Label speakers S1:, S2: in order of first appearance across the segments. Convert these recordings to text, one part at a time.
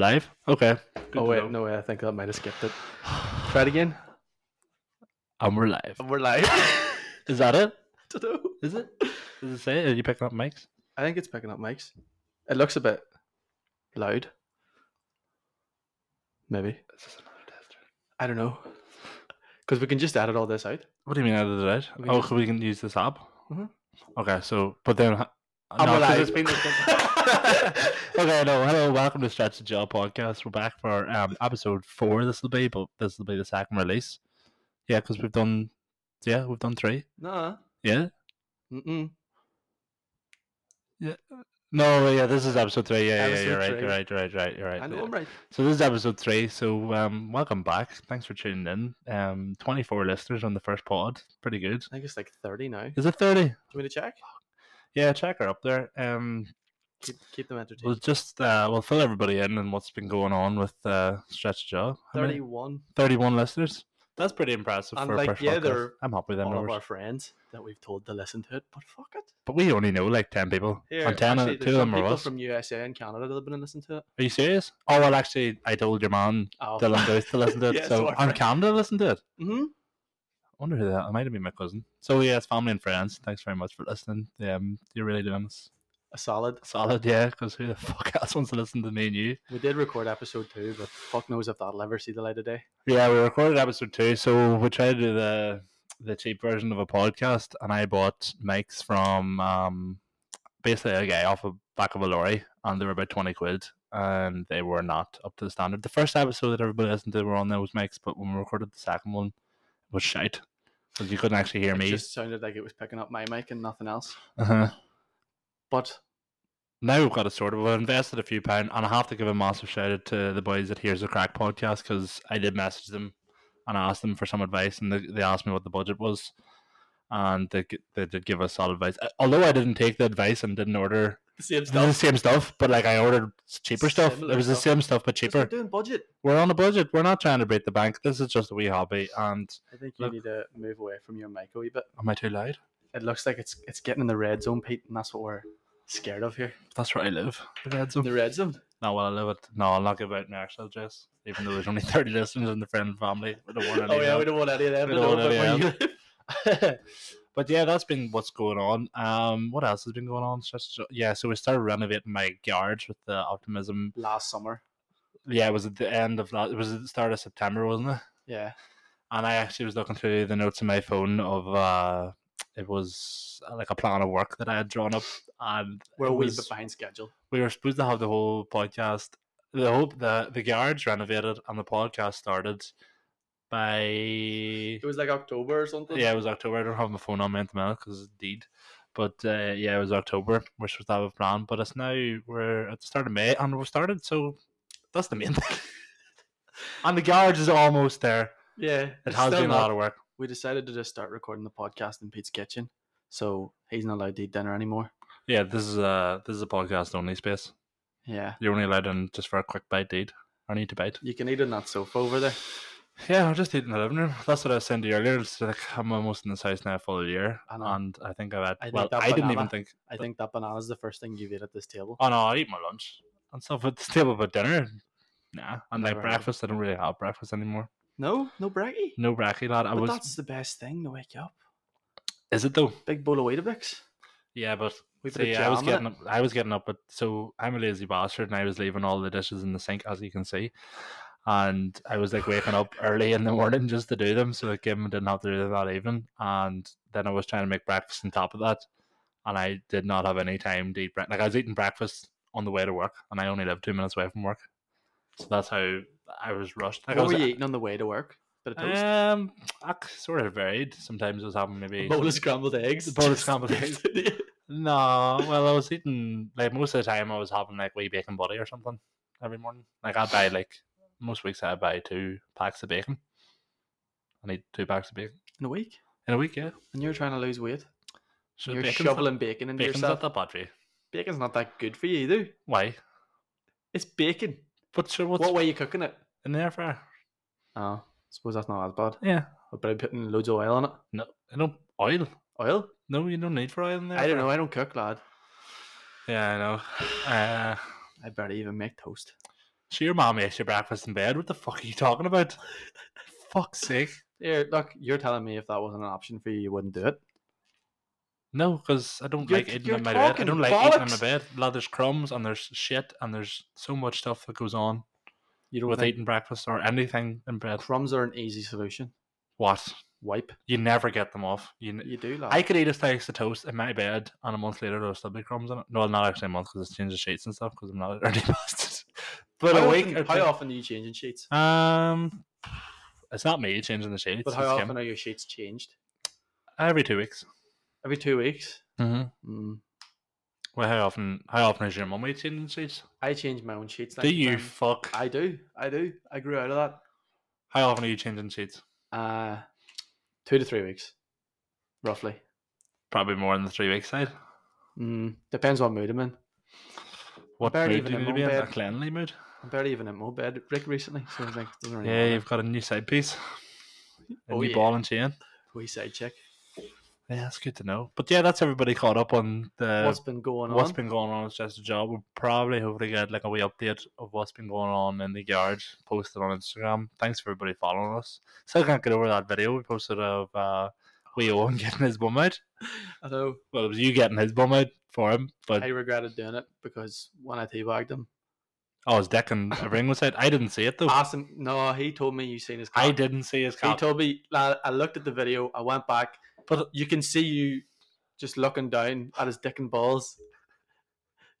S1: Live? Okay.
S2: oh
S3: to
S2: wait,
S3: know.
S2: no way. I think I might have skipped it. Try it again.
S1: And we're live.
S2: We're live.
S1: Is that it?
S2: Dunno.
S1: Is it? Does it say? Are you picking up mics?
S2: I think it's picking up mics. It looks a bit loud. Maybe. I don't know. Because we can just edit all this out.
S1: What do you mean I did it out?
S2: We
S1: Oh,
S2: just-
S1: we Mm-hmm. can use this app?
S2: Mhm.
S1: Okay, so, but then. ha-
S2: I'm
S1: no, 'cause
S2: alive.
S1: it's been- okay, no, hello, welcome to Stretch the Jail podcast. We're back for um, episode four, this will be, but this will be the second release. Yeah, because we've done, yeah, we've done three.
S2: Nah.
S1: Yeah?
S2: Mm-mm.
S1: No, yeah, this is episode three. Yeah, yeah, yeah, you're
S2: Episode
S1: right,
S2: three.
S1: you're right, you're right, you're right, you're right.
S2: I know
S1: yeah.
S2: I'm right.
S1: So this is episode three. So um, welcome back. Thanks for tuning in. Um, twenty four listeners on the first pod. Pretty good.
S2: I think it's like 30 now. Do
S1: Is it thirty?
S2: you want to check?
S1: Yeah, check her up there. Um,
S2: Keep, keep them
S1: we'll
S2: entertained.
S1: just uh, we'll fill everybody in on what's been going on with uh, Stretch the Jaw. How many-
S2: 31
S1: 31 listeners. That's pretty impressive
S2: And,
S1: for
S2: like,
S1: a first
S2: yeah,
S1: podcast.
S2: they're
S1: I'm happy with them
S2: all of
S1: numbers.
S2: our friends that we've told to listen to it, but fuck it.
S1: But we only know like ten people.
S2: Here,
S1: and ten, of-
S2: actually,
S1: two
S2: there's
S1: of
S2: some
S1: them are
S2: people
S1: us.
S2: from USA and Canada that have been listening to it.
S1: Are you serious? Oh well, actually, I told your man
S2: Oh.
S1: Dylan Deuce to listen to it.
S2: Yeah,
S1: so
S2: sorry.
S1: on Canada, listen to it.
S2: hmm
S1: I wonder who that. It might have been my cousin. So yes, family and friends. Thanks very much for listening. Um, you're really doing us
S2: A solid.
S1: solid, yeah. Because who the fuck else wants to listen to me and you?
S2: We did record episode two, but fuck knows if that'll ever see the light of day.
S1: Yeah, we recorded episode two, so we tried to do the the cheap version of a podcast, and I bought mics from um basically a guy off the back of a lorry, and they were about twenty quid, and they were not up to the standard. The first episode that everybody listened to were on those mics, but when we recorded the second one, it was shite because you couldn't actually hear
S2: It
S1: me.
S2: just sounded like it was picking up my mic and nothing else.
S1: Uh-huh.
S2: But
S1: now we've got it sorted. We've invested a few pound, and I have to give a massive shout out to the boys at Here's a Crack podcast because I did message them and I asked them for some advice, and they, they asked me what the budget was, and they g- they did give us solid advice. Uh, Although I didn't take the advice and didn't order
S2: the same
S1: the same stuff, but like I ordered s- cheaper stuff.
S2: Similar
S1: It was the
S2: stuff.
S1: same stuff but
S2: We're
S1: cheaper.
S2: doing budget.
S1: We're on a budget. We're not trying to break the bank. This is just a wee hobby. And
S2: I think you
S1: Look.
S2: need to move away from your mic a wee bit.
S1: am I too loud?
S2: It looks like it's it's getting in the red zone, Pete, and that's what we're scared of here.
S1: That's where I live. The red zone.
S2: The red zone.
S1: No, well, I love it. No, I'll not give out my actual address, even though there's only 30 listeners in the friend and family. We don't want any of that.
S2: Oh, don't want any of that.
S1: We don't want any of But yeah, that's been what's going on. Um, What else has been going on? Just, yeah, so we started renovating my garage with the optimism.
S2: Last summer.
S1: Yeah, it was at the end of, la- it was at the start of September, wasn't it?
S2: Yeah.
S1: And I actually was looking through the notes on my phone of, uh, it was uh, like a plan of work that I had drawn up. And
S2: We're
S1: it
S2: a wee
S1: was-
S2: bit behind schedule.
S1: we were supposed to have the whole podcast the whole the the garage renovated and the podcast started by
S2: It was like October or something.
S1: yeah it was october i don't have my phone on me at the minute because it's deed but uh, yeah it was october we're supposed to have a plan but it's now we're at the start of may and we're started so that's the main thing and the garage is almost there
S2: Yeah.
S1: it has been a lot of work
S2: We decided to just start recording the podcast in Pete's kitchen. So he's not allowed to eat dinner anymore.
S1: yeah this is a this is a podcast only space
S2: Yeah.
S1: you're only allowed in just for a quick bite deed i need to bite
S2: You can eat on that sofa over there.
S1: Yeah, I'm just eating the living room. That's what I was saying to you earlier. It's like I'm almost in this house now full of year,
S2: I know.
S1: and I think I've had.
S2: I think
S1: well,
S2: that
S1: I didn't even
S2: banana-
S1: think.
S2: I think that banana's the first thing you've ate at this table.
S1: Oh no, I eat my lunch and stuff at the table, but dinner, nah. And
S2: Never
S1: like
S2: had it.
S1: breakfast, I don't really have breakfast anymore.
S2: No, no braggy.
S1: No bracky lad. I
S2: but
S1: was.
S2: that's the best thing to wake up.
S1: Is it though?
S2: Big bowl of Weetabix.
S1: Yeah, but
S2: We put a
S1: see, I was
S2: jam in it.
S1: getting up. I was getting up, but so I'm a lazy bastard, and I was leaving all the dishes in the sink, as you can see. And I was like waking up early in the morning just to do them, so that Kim didn't have to do them that evening. And then I was trying to make breakfast on top of that, and I did not have any time to eat breakfast. Like I was eating breakfast on the way to work, and I only live two minutes away from work, so that's how I was rushed. Like, I
S2: what
S1: was,
S2: were you eating on the way to work? Bit of toast.
S1: Um, I sort of varied. Sometimes I was having maybe
S2: a bowl of scrambled eggs.
S1: A bowl of scrambled eggs. No, well, I was eating like most of the time. I was having like wee bacon body or something every morning. Like I buy like most weeks I buy two packs of bacon. I need two packs of bacon
S2: in a week.
S1: in a week. Yeah,
S2: And you're trying to lose weight.
S1: so
S2: you're
S1: bacon's not-
S2: shoveling bacon into
S1: bacon's
S2: yourself.
S1: not that bad for you.
S2: Bacon's not that good for you either.
S1: Why?
S2: It's bacon.
S1: But sure, what's
S2: What way are you cooking it?
S1: in the air fryer?
S2: Oh, suppose that's not as bad.
S1: Yeah,
S2: But I'm putting loads of oil on it.
S1: no, I don't oil.
S2: Oil?
S1: No, you don't need for oil in there.
S2: I don't know. I don't cook, lad.
S1: Yeah, I know. Uh,
S2: I barely even make toast.
S1: So your mom makes you breakfast in bed. What the fuck are you talking about? Fuck's sake.
S2: Here, look, you're telling me if that wasn't an option for you, you wouldn't do it.
S1: No, because I don't
S2: You're-
S1: like eating
S2: you're
S1: in my bed. I
S2: talking
S1: don't like eating in my
S2: bollocks.
S1: bed. Like, there's crumbs and there's shit and there's so much stuff that goes on
S2: You don't
S1: with
S2: think
S1: eating breakfast or anything in bed.
S2: crumbs are an easy solution?
S1: What?
S2: Wipe.
S1: You never get them off. You, n-
S2: You do, lad.
S1: I could eat a slice of toast in my bed, and a month later there'll still be crumbs in it. No, not actually a month because it's changed the sheets and stuff because I'm not an early bastard. But
S2: how
S1: a week.
S2: often,
S1: or
S2: how
S1: two-
S2: often are you changing sheets?
S1: Um, it's not me changing the sheets.
S2: but how
S1: it's him.
S2: often are your sheets changed?
S1: Every two weeks.
S2: Every two weeks.
S1: Mm-hmm.
S2: Mm.
S1: Well, how often? How often is your mum changing the sheets?
S2: I change my own sheets.
S1: Do
S2: like,
S1: you
S2: um,
S1: fuck?
S2: I do. I do. I grew out of
S1: How often are you changing sheets?
S2: that. Uh, two to three weeks, roughly.
S1: Probably more than the three weeks side.
S2: Mm. Depends what mood I'm in.
S1: What
S2: barely
S1: mood
S2: even
S1: do you
S2: in
S1: need to
S2: my
S1: be in?
S2: own
S1: A
S2: bed.
S1: cleanly mood.
S2: I'm barely even in my bed Rick recently, so I was like, doesn't really
S1: Yeah,
S2: matter.
S1: you've got a new side piece. A
S2: Oh,
S1: new
S2: yeah.
S1: ball and chain.
S2: We side check.
S1: Yeah, that's good to know. But yeah, that's everybody caught up on the
S2: what's been going
S1: Uh, what's
S2: on?
S1: been going on with Just a Job. We'll probably hopefully get like a wee update of what's been going on in the yard posted on Instagram. Thanks for everybody following us. Still can't get over that video we posted of uh Wee
S2: Oh.
S1: Owen getting his bum out.
S2: I know
S1: Well it was you getting his bum out for him, but
S2: I regretted doing it because when I teabagged him,
S1: oh his deck and everything was out. I didn't see it though.
S2: asked him. No, he told me you seen his. Cock.
S1: I didn't see his
S2: Ah. He
S1: cap.
S2: told me. lad, I looked at the video. I went back,
S1: But-
S2: but you can see you just looking down at his dick and balls.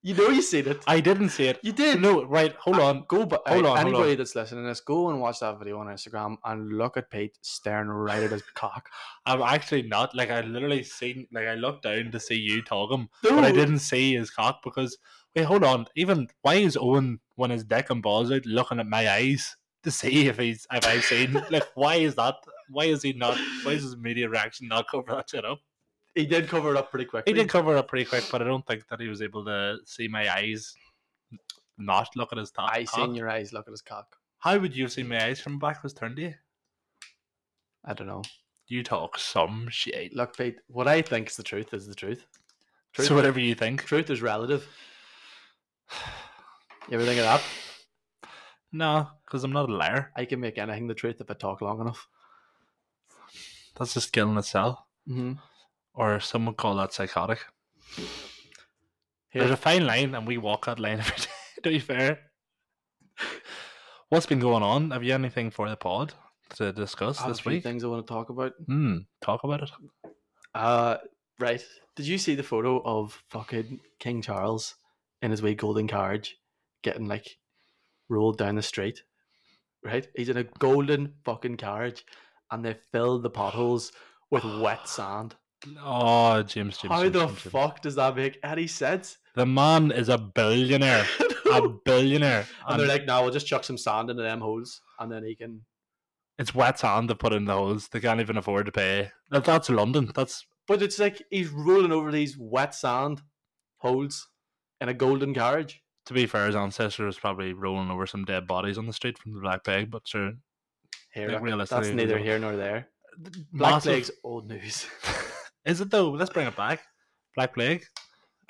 S2: You know you seen it.
S1: I didn't see it.
S2: you did.
S1: No, right, hold on.
S2: Go back.
S1: Hold on, hold
S2: Anybody
S1: on.
S2: that's listening to this, go and watch that video on Instagram and look at Pete staring right at his cock.
S1: I'm actually not like I literally seen like I looked down to see you tog him.
S2: No,
S1: but I didn't see his cock because wait, hold on. Even why is Owen when his dick and balls out looking at my eyes to see if he's if I've seen like why is that? Why is he not? Why is his media reaction not cover that shit up?
S2: He did cover it up pretty quickly.
S1: He did cover it up pretty quick, but I don't think that he was able to see my eyes not look at his top.
S2: I
S1: cock.
S2: seen your eyes look at his cock.
S1: How would you have seen my eyes from back was turned to you?
S2: I don't know.
S1: You talk some shit.
S2: Look, Pete, what I think is the truth is the truth. Truth,
S1: So whatever you think.
S2: truth is relative. You ever think of that?
S1: No, because I'm not a liar.
S2: I can make anything the truth if I talk long enough.
S1: That's a skill in itself.
S2: Mm-hmm.
S1: Or some would call that psychotic. There's
S2: Here,
S1: a fine line, and we walk that line every day. to be fair, what's been going on? Have you anything for the pod to discuss
S2: I have a
S1: this
S2: few
S1: week?
S2: things I want to talk about.
S1: Hmm, talk about it.
S2: Uh, right. Did you see the photo of fucking King Charles in his wee golden carriage getting like rolled down the street? Right? He's in a golden fucking carriage and they filled the potholes with wet sand.
S1: Oh, James, James,
S2: How
S1: James,
S2: the
S1: James, James.
S2: fuck does that make any sense?
S1: The man is a billionaire, a billionaire,
S2: and they're like, no, we'll just chuck some sand into them holes and then he can.
S1: it's wet sand to put in the holes. They can't even afford to pay. That, that's London. That's
S2: But it's like he's rolling over these wet sand holes in a golden carriage.
S1: to be fair. His ancestor was probably rolling over some dead bodies on the street from the Black Plague, but sure,
S2: Here,
S1: Like,
S2: look, that's
S1: realistically,
S2: neither
S1: no.
S2: here nor there. Black
S1: massive-
S2: Plague's old news.
S1: Is it though? Let's bring it back. Black Plague.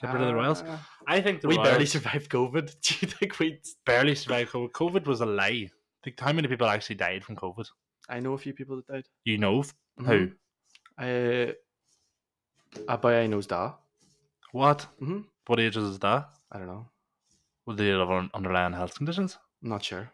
S1: Get rid of the Royals.
S2: Ah.
S1: Uh, I think the
S2: we barely
S1: Royals
S2: survived COVID. Do you think we?
S1: barely survived COVID. COVID was a lie. Think how many people actually died from COVID?
S2: I know a few people that died.
S1: You know f- who?
S2: Uh, a boy I know's da.
S1: What?
S2: Mhm.
S1: What ages is that?
S2: I don't know.
S1: Would they have un- underlying health conditions?
S2: I'm not sure.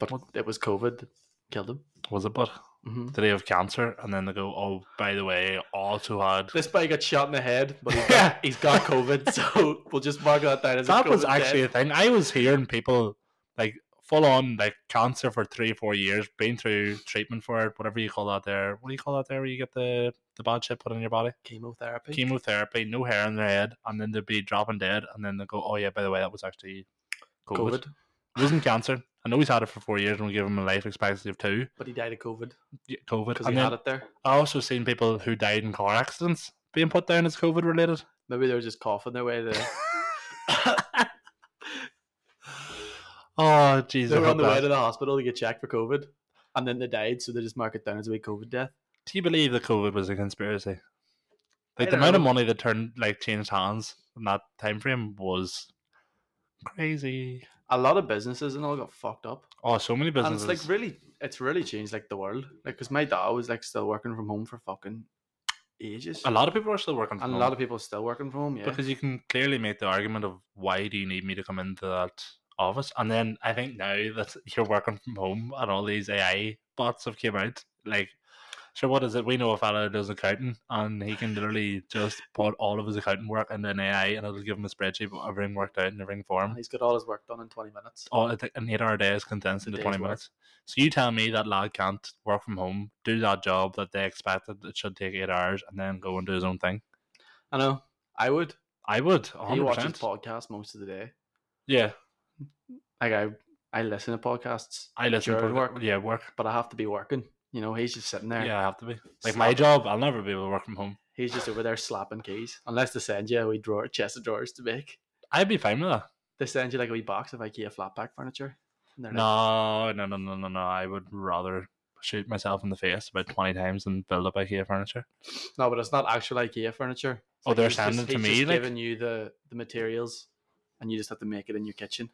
S2: But
S1: What-
S2: it was COVID that killed him.
S1: Was it but?
S2: hmm
S1: Did they have cancer? And then they go, oh, by the way, also had.
S2: This boy got shot in the head, but he's
S1: Yeah.
S2: got, he's got COVID, so we'll just mark that down as a
S1: That was
S2: COVID death.
S1: actually a thing. I was hearing people like full on like cancer for three, four years, been through treatment for it, whatever you call that there. What do you call that there where you get the, the bad shit put in your body?
S2: chemotherapy.
S1: chemotherapy, no hair on their head, and then they'd be dropping dead, and then they go, "Oh yeah, by the way, that was actually COVID.
S2: COVID,
S1: It wasn't cancer. I know he's had it for four years, and we gave him a life expectancy of two.
S2: but he died of COVID
S1: Yeah, COVID,
S2: because
S1: and
S2: he had
S1: then
S2: it there.
S1: I also seen people who died in car accidents being put down as COVID related.
S2: Maybe they were just coughing their way to.
S1: oh Jesus!
S2: They were
S1: I
S2: on the
S1: hope
S2: way
S1: that-
S2: to the hospital to get checked for COVID, and then they died, so they just mark it down as a wee COVID death.
S1: Do you believe that COVID was a conspiracy?
S2: I
S1: Like the
S2: don't
S1: amount of
S2: know.
S1: money that turned like changed hands in that time frame was crazy.
S2: a lot of businesses and all got fucked up.
S1: Oh, so many businesses.
S2: And it's like really, it's really changed like the world. Like, because my dad was like still working from home for fucking ages.
S1: a lot of people are still working. From
S2: and a lot of people are still working from home. Yeah.
S1: because you can clearly make the argument of why do you need me to come into that office? And then I think now that you're working from home and all these AI bots have came out, like. Sure, what is it? We know a fella who does accounting, and he can literally just put all of his accounting work into an AI, and it'll give him a spreadsheet of everything worked out and everything for him.
S2: And he's got all his work done in 20 minutes.
S1: all it- an eight hour day is condensed into
S2: day's
S1: 20
S2: work.
S1: minutes. So you tell me that lad can't work from home, do that job that they expected it should take eight hours, and then go and do his own thing.
S2: I know. I would.
S1: I would,
S2: He watches
S1: 100%.
S2: podcasts most of the day.
S1: yeah,
S2: Like I, I llisten to podcasts,
S1: I listen to
S2: Jared
S1: work.
S2: work.
S1: Yeah, work.
S2: but I have to be working. You know, he's just sitting there.
S1: Yeah, I have to be. Like
S2: Slap
S1: my
S2: it.
S1: job, I'll never be able to work from home.
S2: He's just over there slapping keys. Unless they send you a wee drawer, chest of drawers to make.
S1: I'd be fine with that.
S2: They send you like a wee box of IKEA flat pack furniture. And they're like,
S1: No, no, no, no, no, no. I would rather shoot myself in the face about 20 times than build up IKEA furniture.
S2: no, but it's not actual IKEA furniture. It's
S1: Oh, they're
S2: he's just-
S1: sending it to
S2: he's
S1: me,
S2: Just
S1: like-
S2: giving you the the materials, and you just have to make it in your kitchen.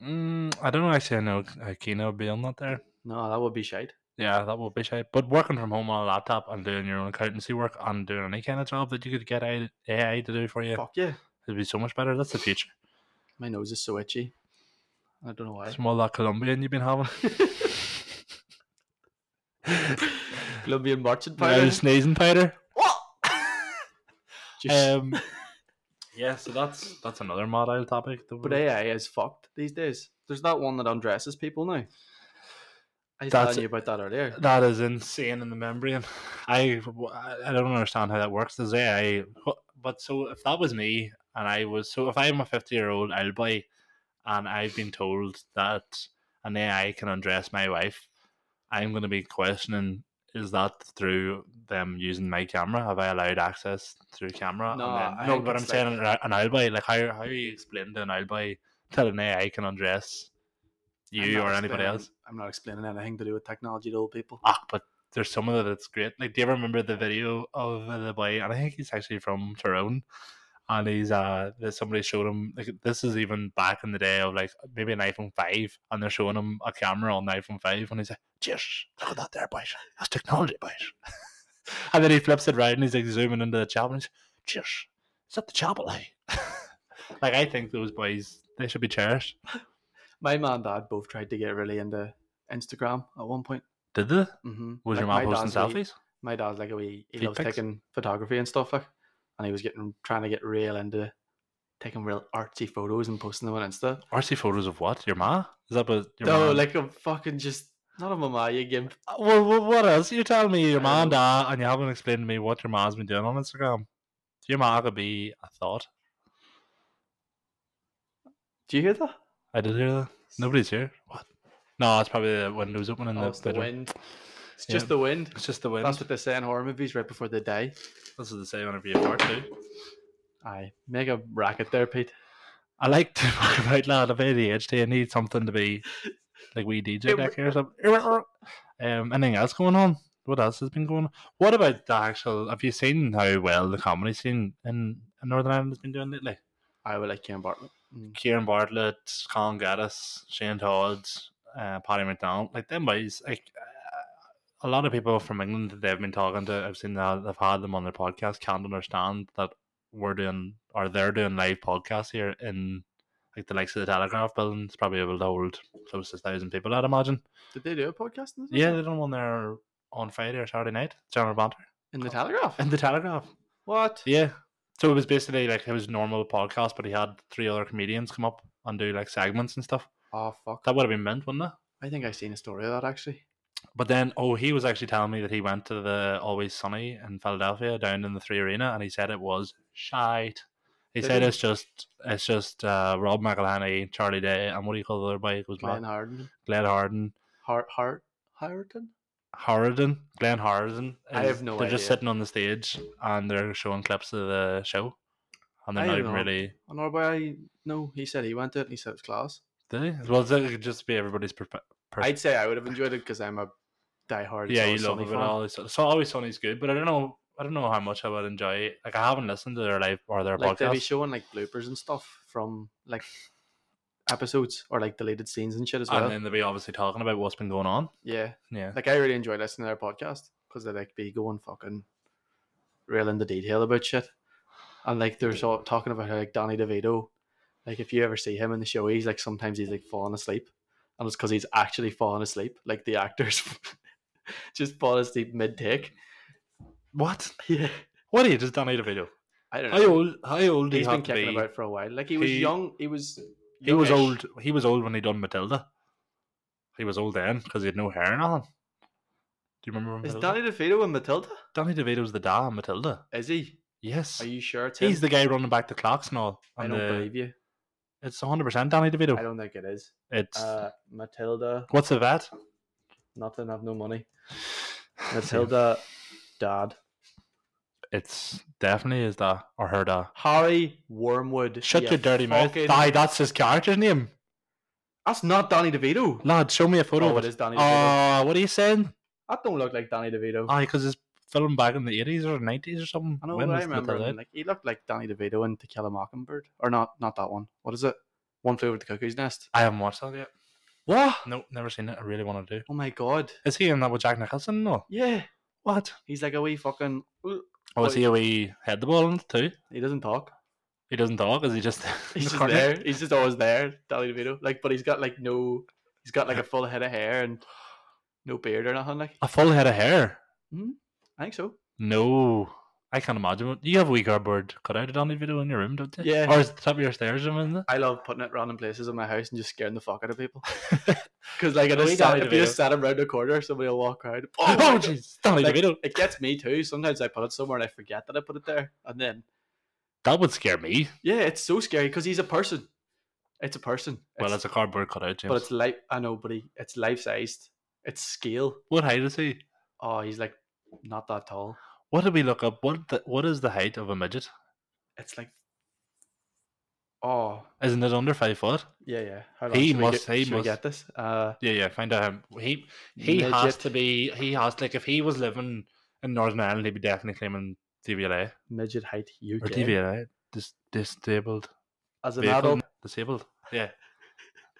S1: Mm, I don't know. Actually, I know IKEA would be on that there.
S2: No, that would be shite.
S1: Yeah, that would be shit. But working from home on a laptop and doing your own accountancy work and doing any kind of job that you could get AI, AI to do for you,
S2: Fuck yeah,
S1: it'd be so much better. That's the future.
S2: my nose is so itchy. I don't know why.
S1: From all that Colombian you've been having.
S2: Colombian merchant
S1: Powder.
S2: powder.
S1: sneezing powder.
S2: Just-
S1: Um, yeah, so that's that's another modal topic. That
S2: But
S1: we-
S2: AI is fucked these days. There's that one that undresses people now. I was
S1: That's-
S2: telling you about that earlier.
S1: that is insane in the membrane. I I don't understand how that works. Does AI? But, but so if that was me and I was so if I'm a fifty year old I'll buy, and I've been told that an AI can undress my wife, I'm going to be questioning. Is that through them using my camera? Have I allowed access through camera?
S2: No,
S1: and
S2: I
S1: no
S2: think
S1: but I'm
S2: it's
S1: saying an uh, an albi. Like how how you explain to an albi that an AI can undress
S2: I'm
S1: you
S2: not
S1: or anybody
S2: explaining-
S1: else?
S2: I'm not explaining anything to do with technology to old people.
S1: Ah, but there's some of it that's great. Like, do you ever remember the video of the boy? And I think he's actually from Tyrone. And he's uh, there's somebody showed him like this is even back in the day of like maybe an iPhone five, and they're showing him a camera on the iPhone five, and he's like, "Cheers, look at that there, boys. That's technology, boys." and then he flips it right, and he's like zooming into the chapel, and he's, "Cheers, is that the chapel?" eh?" like I think those boys they should be cherished.
S2: My mom and dad both tried to get really into Instagram at one point.
S1: Did they?
S2: hmm
S1: Was your mom posting
S2: dad's wee-
S1: selfies?
S2: my dad's like a wee. He
S1: Feet
S2: loves
S1: pics?
S2: taking photography and stuff like, and he was getting trying to get real into taking real artsy photos and posting them on Insta.
S1: RC photos of what? Your ma? Is that what your
S2: No,
S1: ma-
S2: like a fucking just not a mama, you gimp.
S1: Uh, Well, well, what else? You tell me your
S2: I
S1: mom and
S2: know.
S1: dad, and you haven't explained to me what your mom's been doing on Instagram. Your mom could be a thought.
S2: Do you hear that?
S1: I did hear that. Nobody's here. What? No, it's probably the windows open in
S2: Oh,
S1: the
S2: it's the
S1: bedroom.
S2: wind. It's
S1: Yeah.
S2: just the wind.
S1: It's just the wind.
S2: That's what they say in horror movies right before they die.
S1: That's what they say whenever you fart too.
S2: Aye, make a racket there, Pete.
S1: I like to talk about lad of ADHD. I need something to be like we DJ back here or something. Um, anything else going on? What else has been going on? What about the actual? Have you seen how well the comedy scene in, in Northern Ireland has been doing lately?
S2: I would like Kieran Bartlett. Mm.
S1: Kieran Bartlett, Colin Gaddis, Shane Todd, uh, Paddy McDonald, like them boys, like uh, a lot of people from England that they've been talking to, I've seen that they've had them on their podcast, can't understand that we're doing or they're doing live podcasts here in like the likes of the Telegraph building. It's probably able to hold close to a thousand people, I'd imagine.
S2: Did they do a podcast? in this
S1: Yeah,
S2: episode?
S1: they done one there on Friday or Saturday night, General Banter,
S2: in the Telegraph.
S1: in the Telegraph.
S2: What?
S1: Yeah. So it was basically like it was normal podcast, but he had three other comedians come up and do like segments and stuff.
S2: Oh fuck!
S1: That would have been meant, wouldn't it?
S2: I think I seen a story of that actually.
S1: But then, oh, he was actually telling me that he went to the Always Sunny in Philadelphia down in the Three Arena, and he said it was shite. He
S2: Did
S1: said
S2: he?
S1: it's just it's just uh, Rob McElhenney, Charlie Day, and what do you call the other bike? Was
S2: Glenn
S1: Glenn,
S2: Harden,
S1: Glenn Harden,
S2: Hart, Hart, Harton.
S1: Harden, Glenn Harden.
S2: I
S1: is-
S2: have no
S1: They're just
S2: idea.
S1: sitting on the stage and they're showing clips of the show, and they're
S2: I
S1: not
S2: don't
S1: even
S2: know.
S1: really.
S2: And our boy, no, he said he went to it. and He said it was class.
S1: Did he? Well, it could just be everybody's perspective. Pers-
S2: I'd say I would have enjoyed it because I'm a diehard. It's
S1: yeah, you
S2: Always
S1: love
S2: Sunny
S1: it
S2: fan.
S1: all. So so always Sunny's good, but I don't know. I don't know how much I would enjoy. it. Like I haven't listened to their live or their
S2: Like they'll be
S1: podcast.
S2: showing like bloopers and stuff from like. episodes or like deleted scenes and shit as well.
S1: And then they'll be obviously talking about what's been going on.
S2: yeah,
S1: Yeah.
S2: like I really enjoy listening to their podcast because they like be going fucking real into detail about shit, and like they're so talking about how like Danny DeVito, like if you ever see him in the show, he's like sometimes he's like falling asleep, and it's because he's actually falling asleep. Like the actors just fall asleep mid take.
S1: What?
S2: Yeah,
S1: What age is Danny DeVito?
S2: I don't
S1: How
S2: know.
S1: old? How old do
S2: He's
S1: you
S2: been
S1: have to
S2: kicking
S1: be?
S2: about for a while. Like he was
S1: He-
S2: young. He was.
S1: He was
S2: youngish.
S1: old. He was old when he done Matilda. He was old then because he had no hair and all. Do you remember?
S2: Is
S1: Matilda?
S2: Danny DeVito in Matilda?
S1: Danny DeVito's the dad in Matilda?
S2: Is he?
S1: Yes,
S2: Are you sure it's him?
S1: he's the guy running back the clocks and all.
S2: I
S1: and
S2: don't
S1: the-
S2: believe you.
S1: It's one hundred percent Danny
S2: I
S1: DeVito.
S2: don't think it is.
S1: It's
S2: Uh, Matilda,
S1: what's the vet?
S2: nothing. I've no money. Matilda, Dad,
S1: It's definitely is that or her dad.
S2: Harry Wormwood.
S1: Shut
S2: you
S1: your dirty
S2: fucking-
S1: mouth. Die, that's his character's name.
S2: That's not Danny DeVito.
S1: Lad, show me a photo
S2: Oh,
S1: of
S2: it
S1: it.
S2: is Danny DeVito.
S1: Oh, what are you saying?
S2: that don't look like Danny DeVito.
S1: Aye, because it's filmed back in the 80s or 90s or something.
S2: I know,
S1: When
S2: but I
S1: was
S2: remember.
S1: Matilda?
S2: him, Like he looked like Danny DeVito in To Kill a Mockingbird, or not? Not that one. What is it? One flew over the cuckoo's nest.
S1: I haven't watched that yet.
S2: What?
S1: No, never seen it. I really want to do.
S2: Oh my god.
S1: Is he in that with Jack Nicholson? No.
S2: Yeah,
S1: What?
S2: he's like a wee fucking.
S1: Oh, is
S2: Wait.
S1: he a wee head the ball in it too?
S2: He doesn't talk.
S1: He doesn't talk. Is he just? in
S2: He's
S1: the
S2: just
S1: corner?
S2: there. He's just always there, Danny DeVito. Like, but he's got like no, he's got like a full head of hair and no beard or nothing. Like,
S1: A full head of hair.
S2: I think so.
S1: No, I can't imagine. What you have a wee cardboard cutout of Danny video in your room, don't you?
S2: Yeah.
S1: Or is it the top of your stairs, isn't it?
S2: I love putting it random places in my house and just scaring the fuck out of people. Because like, I
S1: Oh,
S2: just
S1: he
S2: sat,
S1: Danny
S2: if you
S1: DeVito.
S2: just sat him round the corner, somebody will walk around.
S1: Oh,
S2: my God.
S1: jeez, Danny
S2: Like,
S1: DeVito.
S2: it gets me too. Sometimes I put it somewhere and I forget that I put it there, and then
S1: That would scare me.
S2: yeah, it's so scary because he's a person. It's a person.
S1: well, it's a cardboard cutout, James.
S2: but it's life. I know, but he, it's life sized. It's scale.
S1: what height is he?
S2: Oh, he's like not that tall.
S1: What did we look up? What the, What is the height of a midget?
S2: It's like oh
S1: Isn't it under five foot?
S2: Yeah, yeah. How
S1: He
S2: should we
S1: must-
S2: get-
S1: he
S2: should we
S1: must-
S2: get this. Uh,
S1: Yeah, yeah. Find out him. He he has
S2: midget-
S1: to be. He has like if he was living in Northern Ireland, he'd be definitely claiming DVLA
S2: midget height
S1: or
S2: UK.
S1: DVLA, dis- disabled,
S2: As an
S1: vehicle,
S2: adult,
S1: disabled. Yeah,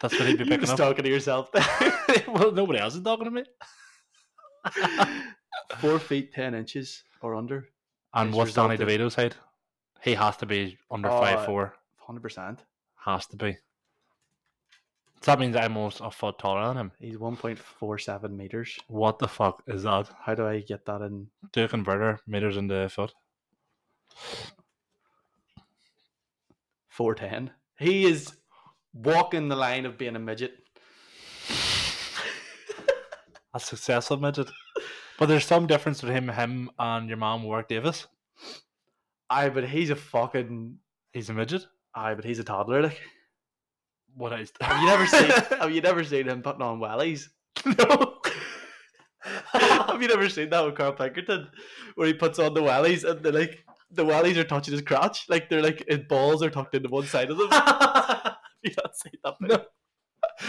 S1: that's what he'd be
S2: you're
S1: picking
S2: just
S1: up.
S2: talking to yourself. there.
S1: well, nobody else is talking to me.
S2: Four feet ten inches or under,
S1: And
S2: It's
S1: what's Danny
S2: resulted-
S1: DeVito's height? He has to be under
S2: Oh,
S1: five four.
S2: hundred percent.
S1: Has to be. So that means I'm almost a foot taller than him.
S2: He's one point four seven meters.
S1: What the fuck is that?
S2: How do I get that in?
S1: Do a converter meters into foot.
S2: Four ten. He is walking the line of being a midget.
S1: A successful midget. But there's some difference between him, him and your mom, Warwick Davis.
S2: Aye, but he's a fucking.
S1: He's a midget.
S2: Aye, but he's a toddler. Like.
S1: What is
S2: Have you never seen? have you never seen him putting on wellies?
S1: no.
S2: Have you never seen that with Carl Pinkerton, where he puts on the wellies and they're like the wellies are touching his crotch, like they're like his balls are tucked into one side of them. Have you not seen that?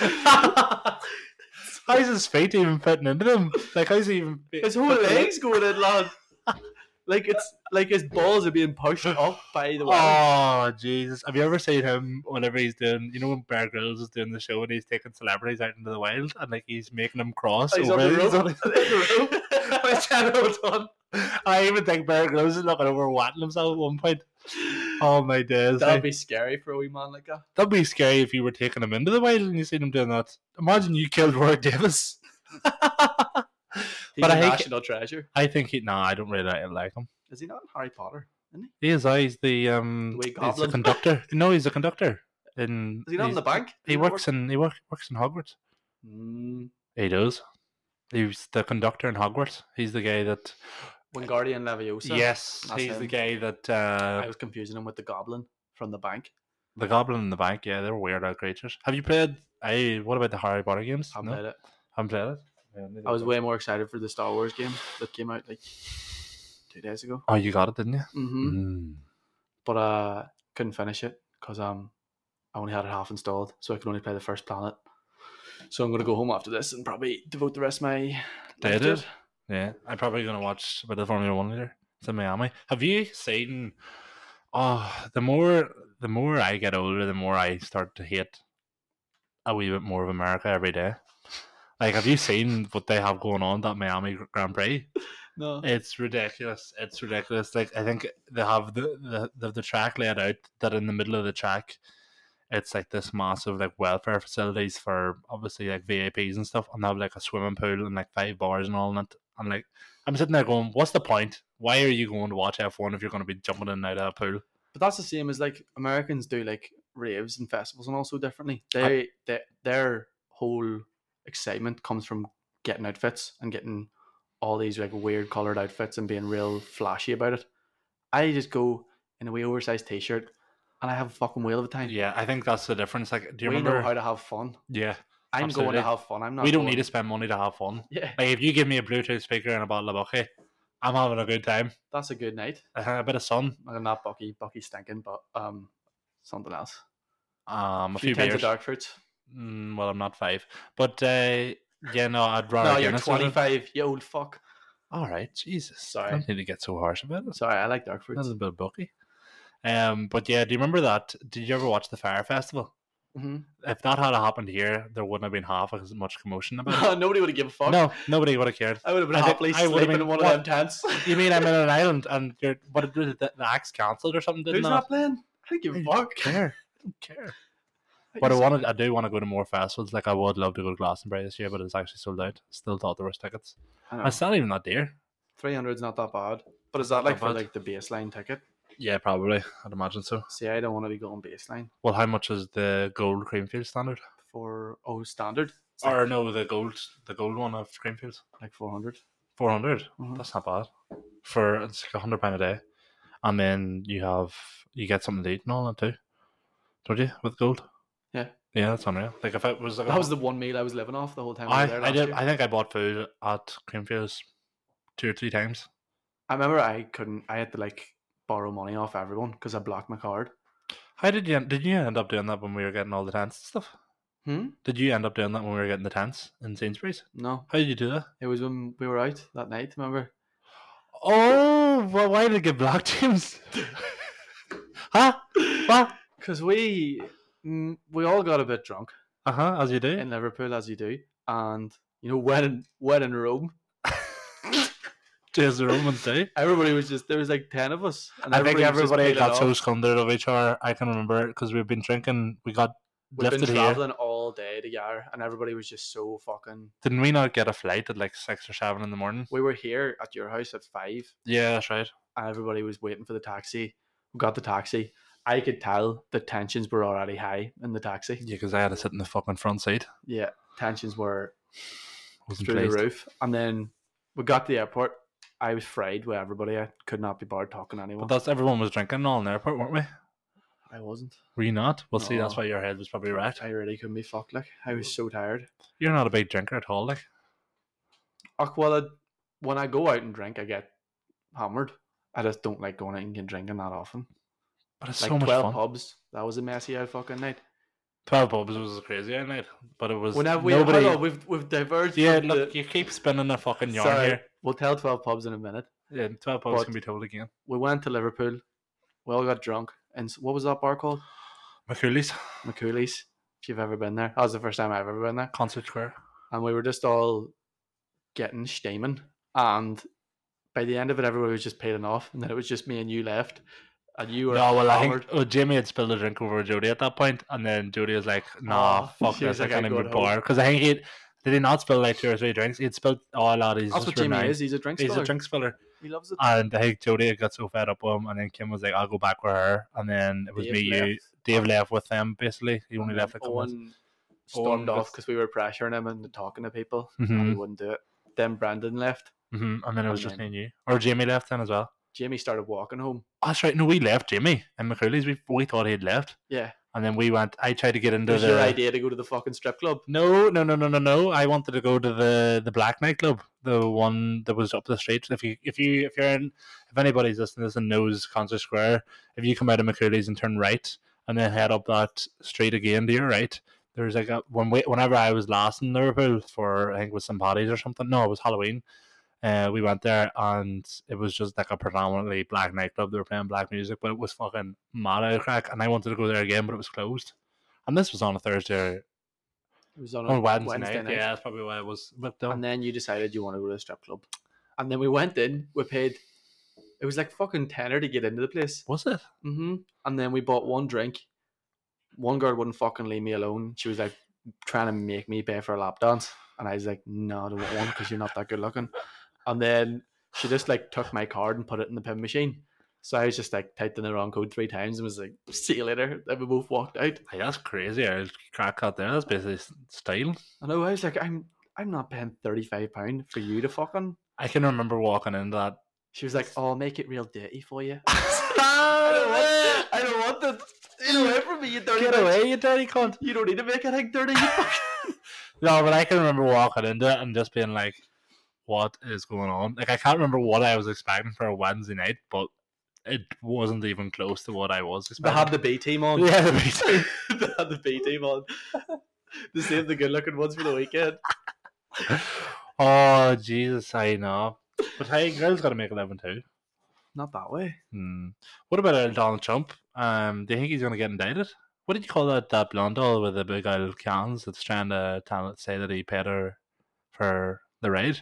S2: No.
S1: How's his feet even fitting into them? Like how's he even
S2: his whole legs going in, lad. Like it's like his balls are being pushed up by the wellies.
S1: Oh Jesus! Have you ever seen him whenever he's doing? You know when Bear Grylls is doing the show and he's taking celebrities out into the wild and like he's making them cross.
S2: Oh, He's on the
S1: over-
S2: rope.
S1: on the rope. Which I don't want. I even think Bear Grylls is looking over, wetting himself at one point. Oh my days!
S2: That'd
S1: like,
S2: be scary for a wee man like that.
S1: that'd be scary if you were taking him into the wild and you seen him doing that. Imagine you killed Roy Davis.
S2: He's
S1: But
S2: a
S1: I think-
S2: national treasure.
S1: I think he. No, I don't really like, like him.
S2: Is he not in Harry Potter? Isn't he?
S1: He is. I. He's the um.
S2: The wee
S1: he's the
S2: goblin.
S1: conductor. no, he's a conductor. In
S2: Is he not in
S1: he's-
S2: the bank? Does
S1: He
S2: not
S1: works
S2: work-
S1: in he work, works in Hogwarts.
S2: Mm,
S1: He does. He's the conductor in Hogwarts. He's the guy that.
S2: Wingardium Leviosa.
S1: yes,
S2: that's
S1: he's the
S2: him.
S1: guy that
S2: I
S1: uh,
S2: was confusing him with the goblin from the bank.
S1: the Goblin in the bank. Yeah, they're weird out creatures. Have you played? I what about the Harry Potter games?
S2: I
S1: No?
S2: played it.
S1: haven't played it. Yeah, neither
S2: I was
S1: have
S2: way more excited for the Star Wars game that came out like two days ago.
S1: Oh, you got it, didn't you?
S2: hmm
S1: Mm.
S2: But uh, couldn't finish it because um, I only had it half installed, so I could only play the first planet. So I'm gonna go home after this and probably devote the rest of my
S1: They
S2: life to
S1: did? Yeah, I'm probably gonna watch a bit of Formula One later. It's in Miami. Have you seen? Oh, the more the more I get older, the more I start to hate a wee bit more of America every day. Like, have you seen what they have going on that Miami Grand Prix?
S2: No.
S1: It's ridiculous. It's ridiculous. Like I think they have the the, the, the track laid out that in the middle of the track, it's like this massive like welfare facilities for obviously like VAPs and stuff, and they have like a swimming pool and like five bars and all in it. And like I'm sitting there going, what's the point? Why are you going to watch F1 if you're going to be jumping in and out of a pool?
S2: But that's the same as like Americans do like raves and festivals and all so differently. They, they their whole excitement comes from getting outfits and getting all these like weird colored outfits and being real flashy about it. I just go in a wee oversized t-shirt and I have a fucking whale of a time.
S1: Yeah, I think that's the difference. Like, do you
S2: we
S1: remember?
S2: know how to have fun.
S1: yeah,
S2: I'm going
S1: Absolutely.
S2: to have fun. I'm not.
S1: we don't
S2: going-
S1: need to spend money to have fun.
S2: Yeah,
S1: Like, if you give me a Bluetooth speaker and a bottle of bucky, I'm having a good time.
S2: that's a good night.
S1: Uh, a bit of sun,
S2: I'm not Bucky. Bucky's stinking, but um, something else.
S1: um, a
S2: few
S1: few
S2: tins of
S1: beers.
S2: dark fruits.
S1: Mm, well, I'm not five, but uh, yeah, no, I'd rather.
S2: no, you're
S1: Guinness than it.
S2: 25. You old fuck.
S1: All right, Jesus,
S2: Sorry.
S1: I don't need to get so harsh about it.
S2: Sorry, I like dark
S1: That's
S2: fruits.
S1: a bit bucky. Um, but yeah, do you remember that? Did you ever watch the Fire Festival?
S2: hmm
S1: If that had happened here, there wouldn't have been half as much commotion about
S2: Nobody would have given a
S1: it.
S2: fuck.
S1: no, nobody would have cared.
S2: I would have been
S1: I think
S2: happily
S1: I would've
S2: sleeping
S1: been-
S2: in one
S1: what?
S2: of them tents.
S1: You mean I'm in an island and you're what did the, the axe cancelled or something? Didn't
S2: Who's
S1: it?
S2: not playing? I don't give a
S1: I
S2: fuck.
S1: don't care. I don't care. But I wanted, I do want to go to more festivals. Like I would love to go to Glastonbury this year, but it's actually sold out. Still thought there was tickets. And It's not even that dear.
S2: Three hundred's not that bad. But is that like for
S1: bad.
S2: like the baseline ticket?
S1: Yeah, probably. I'd imagine so.
S2: See, I don't want to be going baseline
S1: Well, how much is the gold Creamfield standard?
S2: for oh standard. It's like,
S1: Or no, the gold, the gold one of Creamfield.
S2: like four hundred.
S1: Four hundred.
S2: Mhm.
S1: That's not bad. For it's like a hundred pound a day, and then you have you get something to eat and all that too, don't you? With gold.
S2: Yeah.
S1: Yeah, that's unreal. Like if it was like a-
S2: That was the one meal I was living off the whole time I, was there
S1: I, I
S2: last
S1: did.
S2: year.
S1: I think I bought food at Creamfields two or three times.
S2: I remember I couldn't. I had to like borrow money off everyone because I blocked my card.
S1: How did you? Did you end up doing that when we were getting all the tents and stuff?
S2: Hmm.
S1: Did you end up doing that when we were getting the tents in Sainsbury's?
S2: No,
S1: How did you do that?
S2: it was when we were out that night. Remember?
S1: Oh, well, why did it get black, James? huh? What?
S2: Because we mm, we all got a bit drunk
S1: Uh huh. As you do.
S2: in Liverpool, as you do, and you know when in, when in Rome,
S1: Cheers, the Romans do.
S2: everybody was just there was like ten of us. And
S1: I think
S2: was just
S1: everybody
S2: peeling
S1: got so
S2: off.
S1: scundered of each other. I can remember because we've been drinking. We got
S2: We've been
S1: lifted here.
S2: traveling all day to Yar, and everybody was just so fucking.
S1: Didn't we not get a flight at like six or seven in the morning?
S2: We were here at your house at five,
S1: Yeah, that's right.
S2: and everybody was waiting for the taxi. We got the taxi. I could tell the tensions were already high in the taxi.
S1: Yeah, because I had to sit in the fucking front seat.
S2: Yeah, tensions were
S1: Wasn't
S2: through
S1: pleased.
S2: the roof. And then we got to the airport. I was fried with everybody. I could not be bothered talking to anyone.
S1: But that's everyone was drinking and all in the airport, weren't we?
S2: I wasn't.
S1: Were you not? Well, see, that's
S2: No.
S1: why your head was probably wrecked.
S2: I really couldn't be fucked. Like I was so tired.
S1: You're not a big drinker at all, like.
S2: Ach, well, I- when I go out and drink, I get hammered. I just don't like going out and getting drinking that often.
S1: But it's
S2: Like
S1: so much
S2: twelve
S1: fun.
S2: pubs. That was a messy old fucking night.
S1: Twelve pubs was a crazy night, but it was
S2: Whenever we
S1: nobody.
S2: hold on, we've we've diverged.
S1: Yeah,
S2: from
S1: look,
S2: the-
S1: you keep spinning a fucking yarn
S2: Sorry,
S1: here.
S2: We'll tell twelve pubs in a minute.
S1: Yeah, twelve pubs
S2: But-
S1: can be told again.
S2: We went to Liverpool. We all got drunk, and s- what was that bar called?
S1: McCooley's
S2: McCooley's. If you've ever been there, that was the first time I've ever been there.
S1: concert square.
S2: and we were just all getting steaming. And by the end of it, everybody was just peeling off, and then it was just me and you left, and you were
S1: No, well, I think
S2: hammered.
S1: oh, Jamie had spilled a drink over Jody at that point, and then Jody was like, "Nah,
S2: Oh,
S1: fuck
S2: she
S1: this,
S2: was
S1: I
S2: like,
S1: can't
S2: "I'm
S1: even
S2: going home."
S1: bar." Because I think he did he not spill like two or three drinks. He'd spilled all out. He's
S2: That's
S1: just
S2: what Jimmy
S1: renowned.
S2: is. He's a drink
S1: He's
S2: spiller.
S1: a drink spiller,
S2: He loves it.
S1: and I think Jody had got so fed up with him, and then Kim was like, "I'll go back with her," and then it was
S2: Dave
S1: me, you,
S2: left, Mm-hmm.
S1: Dave left with them. Basically, he only
S2: and
S1: left
S2: then
S1: like a couple.
S2: Owen
S1: Owen
S2: stormed off
S1: was-
S2: because we were pressuring him and talking to people, and he
S1: Mm-hmm.
S2: wouldn't do it. Then Brandon left.
S1: Mm-hmm. And then it was
S2: And
S1: just
S2: then-
S1: me and you, or Jamie left then as well.
S2: Jimmy started walking home.
S1: Oh, that's right. No, we left Jimmy and McCooley's. We we thought he'd left,
S2: Yeah,
S1: and then we went. I tried to get
S2: it
S1: into
S2: was
S1: the
S2: your idea to go to the fucking strip club.
S1: No, no, no, no, no, no. I wanted to go to the the black nightclub, the one that was up the street. If you if you if you're in if anybody's listening to this and knows Concert Square, if you come out of McCurley's and turn right and then head up that street again to your right, there's like a when we, whenever I was last in Liverpool for I think it was St. Paddy's or something. No, it was Halloween. Uh, we went there and it was just like a predominantly black nightclub. They were playing black music, but it was fucking mad out of crack. And I wanted to go there again, but it was closed. And this was on a Thursday
S2: It was on, a
S1: on Wednesday,
S2: Wednesday
S1: night.
S2: night.
S1: Yeah, that's probably why I was um, whipped up.
S2: And then you decided you want to go to a strip club. And then we went in, we paid, it was like fucking tenner to get into the place.
S1: Was it?
S2: hmm And then we bought one drink. One girl wouldn't fucking leave me alone. She was like trying to make me pay for a lap dance. And I was like, no, I don't want one because you're not that good looking. And then she just like took my card and put it in the pin machine. So I was just like typed in the wrong code three times and was like, see you later. Then we both walked out.
S1: Hey, that's crazy. I crack that there. That's basically s- style.
S2: And I was like, I'm I'm not paying thirty five pound for you to fucking.
S1: I can remember walking into that.
S2: She was like, oh, I'll make it real dirty for you.
S1: I
S2: I don't want this. Get away from me, you dirty.
S1: Get
S2: bitch.
S1: away, you dirty cunt.
S2: You don't need to make anything dirty. You fucking.
S1: No, but I can remember walking into it and just being like, what is going on? Like, I can't remember what I was expecting for a Wednesday night, but it wasn't even close to what I was
S2: They had
S1: expecting.
S2: the B team on.
S1: yeah, the beat.
S2: they had the B team on. They saved the good looking ones for the weekend.
S1: Oh, Jesus, I know. But hey, girls got to make a living too.
S2: Not that way.
S1: Hmm. What about uh, Donald Trump? Um, do you think he's going to get indicted? What did you call that that blonde doll with the big old cans that's trying to tell, say that he paid her for the raid?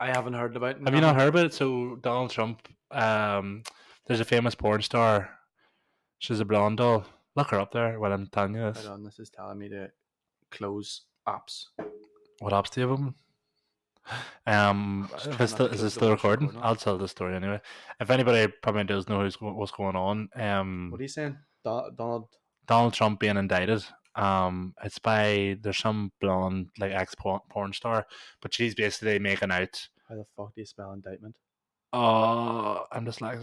S2: I haven't heard about it.
S1: Have you not heard about it? So Donald Trump, um, there's a famous porn star. She's a blonde doll. Look her up there while I'm telling you
S2: Hold
S1: this.
S2: on, this is telling me to close apps.
S1: What apps do you have on? Um,
S2: I'm just
S1: if it's
S2: trying not
S1: still,
S2: to
S1: is
S2: go
S1: it
S2: to
S1: still
S2: watch it
S1: recording?
S2: going on.
S1: I'll tell the story anyway. If anybody probably does know who's, go- what's going on, um,
S2: What are you saying? Do- Donald.
S1: Donald Trump being indicted. Um, it's by there's some blonde like ex porn star, but she's basically making out.
S2: How the fuck do you spell indictment?
S1: Oh, I'm just like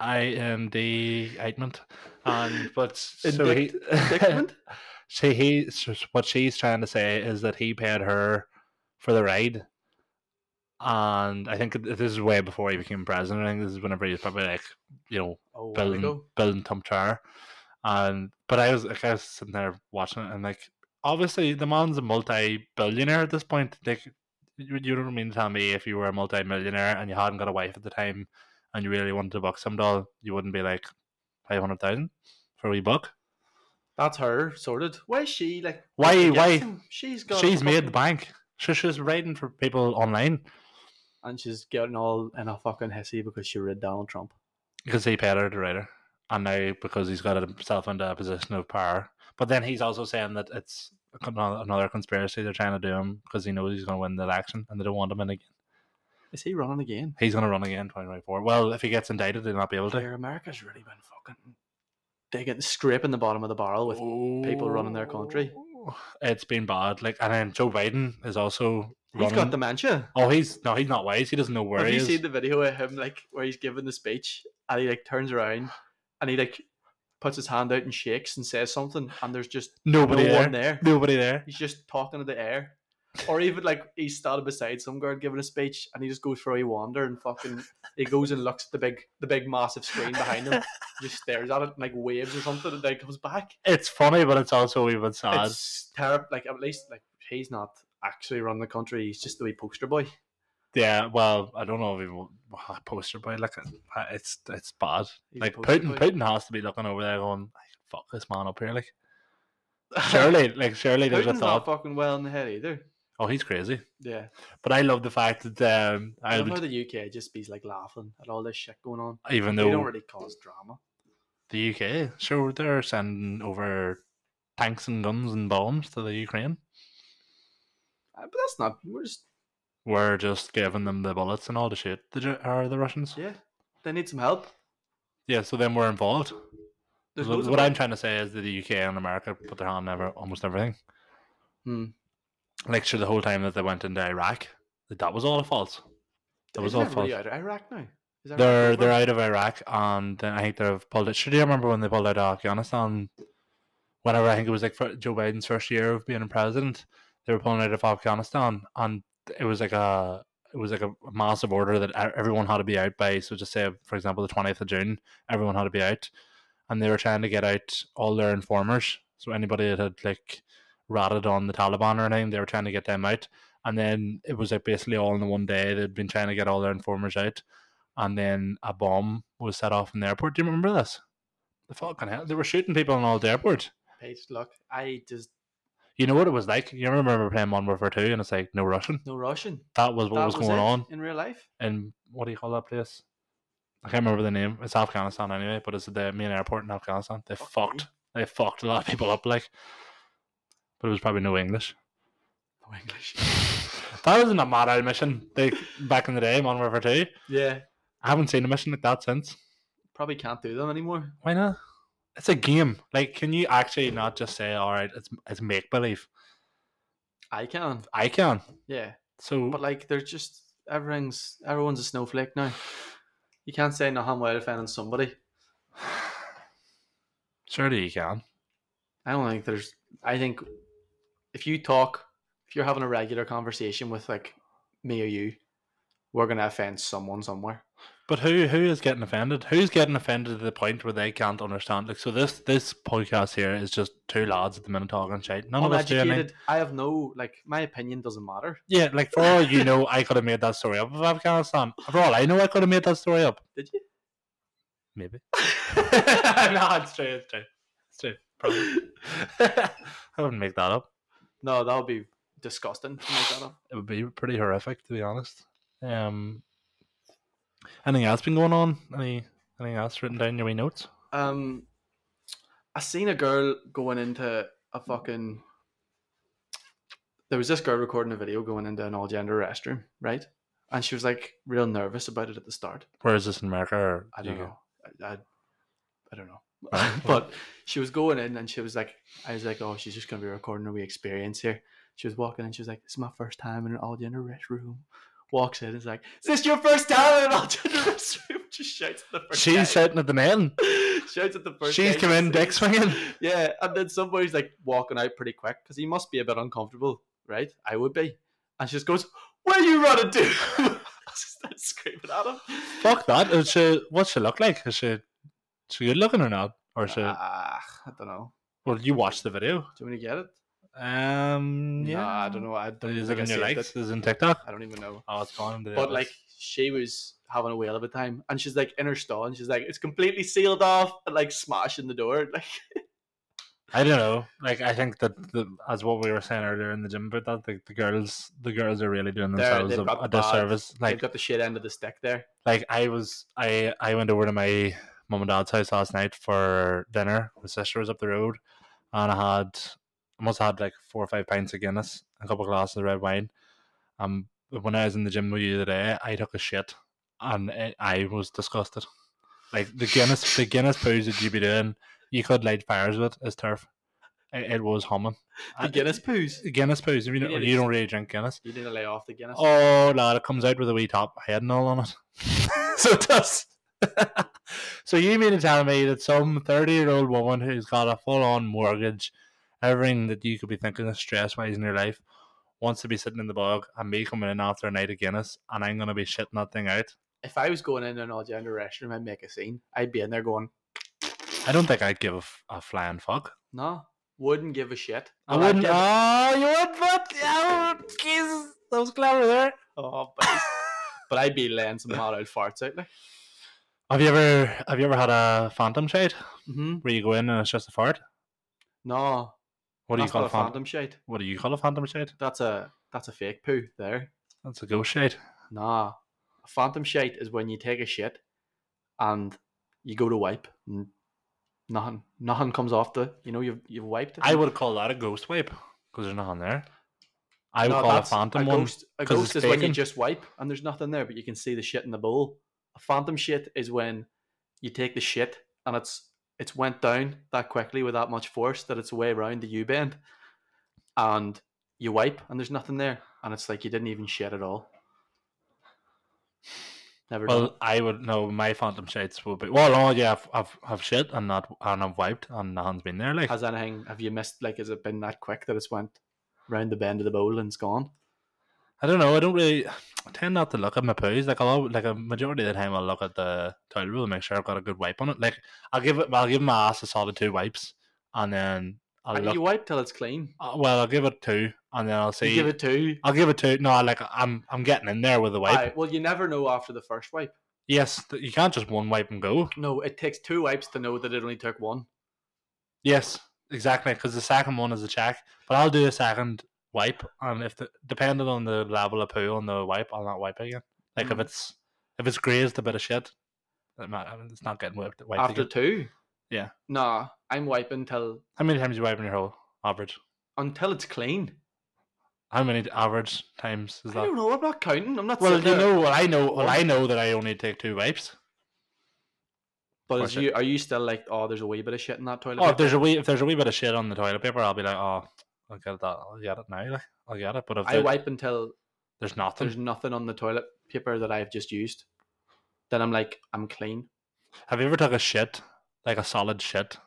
S1: I am the indictment, and but so he,
S2: Indict- indictment?
S1: she he so what she's trying to say is that he paid her for the ride, and I think th- this is way before he became president. I think this is whenever he was probably like you know
S2: Oh, there we
S1: Bill
S2: go.
S1: Bill and Tom Char. And but I was like I was sitting there watching it and like obviously the man's a multi billionaire at this point. Like you, you don't mean to tell me if you were a multi millionaire and you hadn't got a wife at the time and you really wanted to buck some doll, you wouldn't be like five hundred thousand for a wee buck.
S2: That's her sorted. Why is she like?
S1: Why-
S2: Michael
S1: why-
S2: Jackson? She's got.
S1: She's made the
S2: fucking-
S1: bank. She, she's writing for people online
S2: and she's getting all in a fucking hissy because she read Donald Trump.
S1: because he paid her to write her. And now because he's got himself into a position of power. But then he's also saying that it's a con- another conspiracy they're trying to do him because he knows he's going to win the election and they don't want him in again.
S2: Is he running again?
S1: He's going to run again in 2024. Well, if he gets indicted, they'll not be able to.
S2: Where America's really been fucking digging, scraping the bottom of the barrel with. people running their country.
S1: Oh, It's been bad. Like, and then Joe Biden is also
S2: He's
S1: running.
S2: got dementia.
S1: Oh, he's no, he's not wise. He doesn't know where
S2: Have
S1: he
S2: you
S1: is.
S2: seen the video of him like where he's giving the speech and he like turns around and he like puts his hand out and shakes and says something and there's just
S1: Nobody
S2: no
S1: there.
S2: one there.
S1: Nobody there.
S2: He's just talking to the air. Or even like he's standing beside some girl giving a speech and he just goes for a wee wander and fucking he goes and looks at the big the big massive screen behind him, just stares at it and like waves or something and then comes back.
S1: It's funny, but it's also even sad.
S2: It's terrible. Like at least like he's not actually running the country. He's just the wee poster boy.
S1: Yeah, well, I don't know if he will ah, poster boy. Like, uh, it's it's bad.
S2: He's a
S1: like
S2: poster
S1: Putin,
S2: boy.
S1: Putin has to be looking over there going, "Fuck this man up here!" Like, surely, like surely there's a
S2: Putin's not
S1: thought.
S2: fucking well in the head either.
S1: Oh, he's crazy.
S2: Yeah,
S1: But I love the fact that um,
S2: I
S1: I
S2: love how
S1: would,
S2: the UK just be like laughing at all this shit going on.
S1: even
S2: They don't
S1: though
S2: really cause drama.
S1: the UK, sure, they're sending over tanks and guns and bombs to the Ukraine.
S2: Uh, But that's not. We're just
S1: We're just giving them the bullets and all the shit. The, Ju- are the Russians? Yeah.
S2: yeah. They need some help.
S1: so then we're involved.
S2: There's
S1: What
S2: loads of
S1: what I'm
S2: work.
S1: trying to say is that the UK and America put their hand on ever, almost everything.
S2: Hmm.
S1: Like sure, the whole time that they went into Iraq, that, that was all false. That was
S2: Isn't
S1: all
S2: everybody
S1: false.
S2: out of Iraq now. Is Iraq
S1: They're
S2: over?
S1: they're out of Iraq, and then I think they've pulled it. Should you remember when they pulled out of Afghanistan? Whenever I think it was like for Joe Biden's first year of being president, they were pulling out of Afghanistan, and it was like a it was like a massive order that e- everyone had to be out by. So just say, for example, the twentieth of June, everyone had to be out, and they were trying to get out all their informers. So anybody that had like ratted on the Taliban or anything, they were trying to get them out. And then it was like basically all in the one day. They'd been trying to get all their informers out and then a bomb was set off in the airport. Do you remember this? The fucking hell, they were shooting people in all the airport.
S2: Page, look, I just
S1: You know what it was like? You remember playing Modern Warfare 2 and it's like no Russian?
S2: No Russian.
S1: That was what
S2: That
S1: was,
S2: was
S1: going
S2: it
S1: on
S2: in real life.
S1: in what do you call that place? I can't remember the name. It's Afghanistan anyway, but it's the main airport in Afghanistan. They
S2: Fuck me.
S1: fucked. They fucked a lot of people up like. But it was probably no English.
S2: No English.
S1: that wasn't a mad old mission they, back in the day, Modern Warfare 2.
S2: Yeah,
S1: I haven't seen a mission like that since.
S2: probably can't do them anymore.
S1: Why not? It's a game. Like, can you actually not just say, all right, it's, it's make believe?
S2: I can.
S1: I can.
S2: Yeah,
S1: So,
S2: but like they're just everything's everyone's a snowflake now. You can't say nothing without offending somebody.
S1: surely you can.
S2: I don't think there's. I think if you talk, if you're having a regular conversation with like me or you, we're gonna offend someone somewhere.
S1: But who who is getting offended? Who's getting offended to the point where they can't understand? Like, so this this podcast here is just two lads at the minute talking shit. None of us do anything.
S2: Uneducated. I have no like. My opinion doesn't matter.
S1: Yeah, like for all you know, I could have made that story up of Afghanistan. For all I know, I could have made that story up.
S2: Did you?
S1: Maybe. no, it's true. It's true. It's true. Probably. I wouldn't make that up.
S2: No, that would be disgusting. To make that up.
S1: It would be pretty horrific, to be honest. Um, anything else been going on? Any anything else written down in your wee notes?
S2: Um, I seen a girl going into a fucking. There was this girl recording a video going into an all gender restroom, right? And she was like real nervous about it at the start.
S1: Where is this in America? Or
S2: I don't
S1: UK?
S2: know. I, I, I don't know.
S1: Right.
S2: but she was going in and she was like, I was like, oh, she's just going to be recording her wee experience here. She was walking in, she was like, it's my first time in an all gender restroom. Walks in and is like, is this your first time in an all gender restroom? Just shouts at the first guy.
S1: She's sitting at the man.
S2: shouts at the first
S1: She's
S2: guy
S1: come
S2: she
S1: in dick
S2: sees.
S1: swinging.
S2: Yeah, and then somebody's like walking out pretty quick because he must be a bit uncomfortable, right? I would be. And she just goes, what are you running to? I started screaming at him.
S1: Fuck that. Is she, what's she look like? Is she, she good looking or not? Or is she,
S2: Ah, I don't know.
S1: well, you watched the video.
S2: Do you want to get it?
S1: Um, yeah.
S2: Nah, I don't know. I don't
S1: Is
S2: think
S1: it
S2: I
S1: in your
S2: saved
S1: likes?
S2: it.
S1: Is it in TikTok?
S2: I don't even know.
S1: Oh, it's gone. into the
S2: But
S1: others.
S2: like she was having a whale of a time, and she's like in her stall, and she's like, "It's completely sealed off," and like smashing the door. Like,
S1: I don't know. Like, I think that the, as what we were saying earlier in the gym about that, the, the girls, the girls are really doing
S2: They're-
S1: themselves
S2: they've
S1: a,
S2: got
S1: a
S2: bad-
S1: disservice.
S2: they've
S1: Like,
S2: got the shit end of the stick there.
S1: like I was, I, I went over to my mum and dad's house last night for dinner. My sister was up the road, and I had, I must have had like four or five pints of Guinness, a couple of glasses of red wine. Um, but when I was in the gym with you today, I took a shit, and I, I was disgusted. Like the Guinness, the Guinness poos that you be doing, you could light fires with is turf. It, it was humming.
S2: The
S1: I-
S2: Guinness poos.
S1: Guinness poos. If you, don't,
S2: need to
S1: you
S2: s-
S1: don't really drink Guinness.
S2: You need to lay off the Guinness.
S1: Oh, lad, it comes out with a wee top head and all on it. so it does. so you mean to tell me that some 30 year old woman who's got a full on mortgage, everything that you could be thinking of stress wise in your life, wants to be sitting in the bog and me coming in after a night of Guinness and I'm going to be shitting that thing out?
S2: If I was going in an all gender restroom, I'd make a scene. I'd be in there going,
S1: I don't think I'd give a, f- a flying fuck.
S2: "No, wouldn't give a shit."
S1: I
S2: Well, I'd
S1: wouldn't.
S2: give-
S1: Oh, you would, but. Oh, Jesus. That was clever there.
S2: Oh, but, but I'd be laying some hot old farts out. Like,
S1: Have you ever have you ever had a phantom shade
S2: mm-hmm.
S1: where you go in and it's just a fart?
S2: no,
S1: What do you
S2: that's not
S1: call a
S2: a
S1: phantom?
S2: phantom shade.
S1: What do you call a phantom shade?
S2: That's a that's a fake poo there.
S1: That's a ghost shade.
S2: Nah, a phantom shite is when you take a shit and you go to wipe, and nothing, nothing comes off the. You know, you've you've wiped. It.
S1: I would call that a ghost wipe because there's nothing there. I would
S2: No,
S1: call a
S2: that's-
S1: phantom
S2: a
S1: one.
S2: Ghost, a
S1: 'cause
S2: ghost
S1: it's
S2: is when you
S1: taken.
S2: just wipe and there's nothing there, but you can see the shit in the bowl. A phantom shit is when you take the shit and it's it's went down that quickly with that much force that it's way around the U bend, and you wipe and there's nothing there, and it's like you didn't even shit at all. Never. done it.
S1: Well, I would no. My phantom shades would be well. Oh yeah, I've I've, I've shit and not and I've wiped and nothing's been there. Like
S2: Has anything have you missed? Like, has it been that quick that it's went round the bend of the bowl and it's gone?
S1: I don't know. I don't really. I tend not to look at my poos. Like I'll al- like a majority of the time I'll look at the toilet roll and make sure I've got a good wipe on it. Like I'll give it. I'll give my ass a solid two wipes and then I'll
S2: And
S1: look.
S2: you wipe till it's clean.
S1: uh, well, I'll give it two and then I'll see.
S2: You give it two.
S1: I'll give it two. No, like I'm I'm getting in there with a wipe.
S2: Aye, well, you never know after the first wipe.
S1: Yes, th- you can't just one wipe and go.
S2: No, it takes two wipes to know that it only took one.
S1: Yes, exactly because the second one is a check, but I'll do a second wipe, and if the, depending on the level of poo on the wipe, I'll not wipe again. Like if
S2: Mm.
S1: it's if it's grazed a bit of shit, it might, it's not getting wiped. wiped
S2: After
S1: again.
S2: two?
S1: Yeah.
S2: Nah, I'm wiping till
S1: how many times you wipe in your hole? Average.
S2: until it's clean.
S1: How many average times is
S2: I
S1: that?
S2: don't know. I'm not counting. I'm not.
S1: Well,
S2: sitting
S1: you
S2: there-
S1: know well, I know. Well, I know that I only take two wipes.
S2: But is
S1: Watch it.
S2: you, are you still like, oh, there's a wee bit of shit in that toilet?
S1: Oh, if
S2: paper?"
S1: there's a wee if there's a wee bit of shit on the toilet paper, I'll be like, oh, I'll get that. I'll get it now. Like, I'll get it. But if
S2: I
S1: there-
S2: wipe until
S1: there's nothing,
S2: there's nothing on the toilet paper that I've just used. Then I'm like, I'm clean.
S1: have you ever took a shit like a solid shit,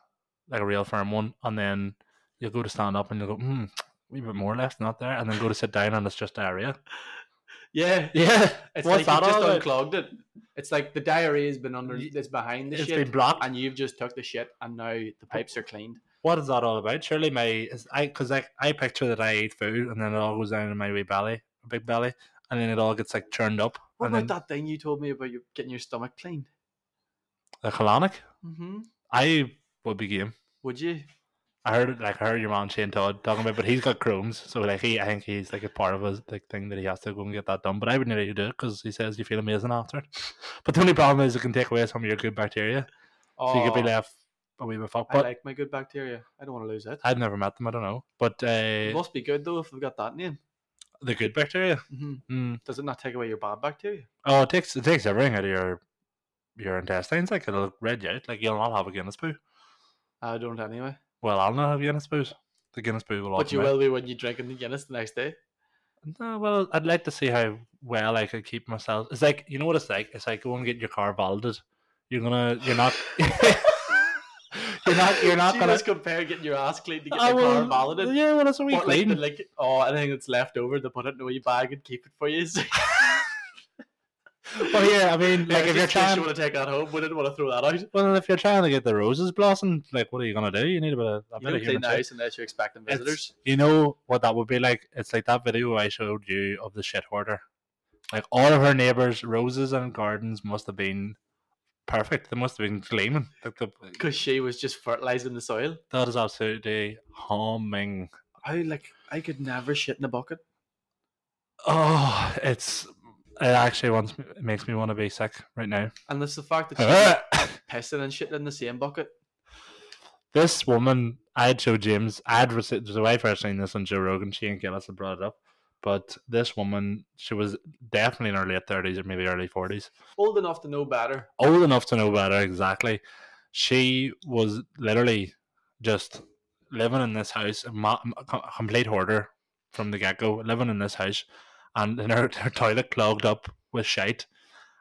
S1: like a real firm one, and then you'll go to stand up and you'll go, hmm, wee bit more left, not there, and then go to sit down and it's just diarrhea.
S2: Yeah.
S1: Yeah,
S2: It's
S1: what's
S2: like
S1: that
S2: you just
S1: all about?
S2: unclogged it. It's like the diarrhea has been under,
S1: Ye-
S2: it's behind the
S1: It's
S2: shit,
S1: been blocked.
S2: and you've just took the shit, and now the pipes are cleaned.
S1: what is that all about? Surely my is I because I I picture that I ate food and then it all goes down in my wee belly, big belly, and then it all gets like churned up.
S2: What
S1: and
S2: about
S1: then
S2: that thing you told me about your, getting your stomach cleaned?
S1: The colonic.
S2: Mm-hmm.
S1: I would be game.
S2: Would you?
S1: I heard it, like I heard your man Shane Todd talking about, but he's got Crohn's, so like he, I think he's like a part of his like thing that he has to go and get that done. But I wouldn't really do it because he says you feel amazing after it. But the only problem is it can take away some of your good bacteria, so you could be
S2: Oh,
S1: left a wee bit fucked.
S2: I
S1: But
S2: like my good bacteria. I don't want to lose it.
S1: I've never met them, I don't know. But
S2: It
S1: uh,
S2: must be good though if we've got that name.
S1: the good bacteria,
S2: hmm
S1: mm.
S2: Does it not take away your bad bacteria?
S1: oh, it takes it takes everything out of your your intestines. Like it'll red you out. Like you'll not have a Guinness poo.
S2: I don't anyway.
S1: Well, I'll not have Guinness poos. The Guinness poo will. all
S2: But
S1: come
S2: you
S1: out.
S2: will be when you drink in the Guinness the next day.
S1: No, well, I'd like to see how well I could keep myself. It's like you know what it's like. It's like go and get your car valided. You're gonna. You're not. you're not. You're not
S2: She
S1: gonna.
S2: was compare getting your ass clean to get
S1: I
S2: your
S1: will-
S2: car validated.
S1: Yeah, well, it's a wee
S2: But like,
S1: clean.
S2: the, like, oh, anything that's left over, they put it in a wee bag and keep it for you. So,
S1: Well, yeah, I mean, like if you're
S2: you
S1: trying,
S2: want to take that home, we didn't want to throw that out.
S1: well, if you're trying to get the roses blossomed, like what are you gonna do? You need a bit of a
S2: You
S1: bit
S2: don't
S1: of human
S2: clean the
S1: touch.
S2: house unless you're expecting
S1: It's-
S2: visitors.
S1: You know what that would be like? It's like that video I showed you of the shit hoarder. Like all of her neighbors' roses and gardens must have been perfect. They must have been gleaming. Like the,
S2: Because she was just fertilizing the soil.
S1: That is absolutely humming.
S2: I like, I could never shit in a bucket.
S1: Oh, it's it actually wants me, it makes me want to be sick right now.
S2: And it's the fact that she was pissing and shitting in the same bucket.
S1: this woman, I had showed James, I had received, so I first seen this on Joe Rogan. She and Gillis had brought it up, but this woman, she was definitely in her late thirties or maybe early forties.
S2: Old enough to know better.
S1: old enough to know better exactly. She was literally just living in this house, a, ma- a co- complete hoarder from the get go, living in this house, and then her, her toilet clogged up with shite.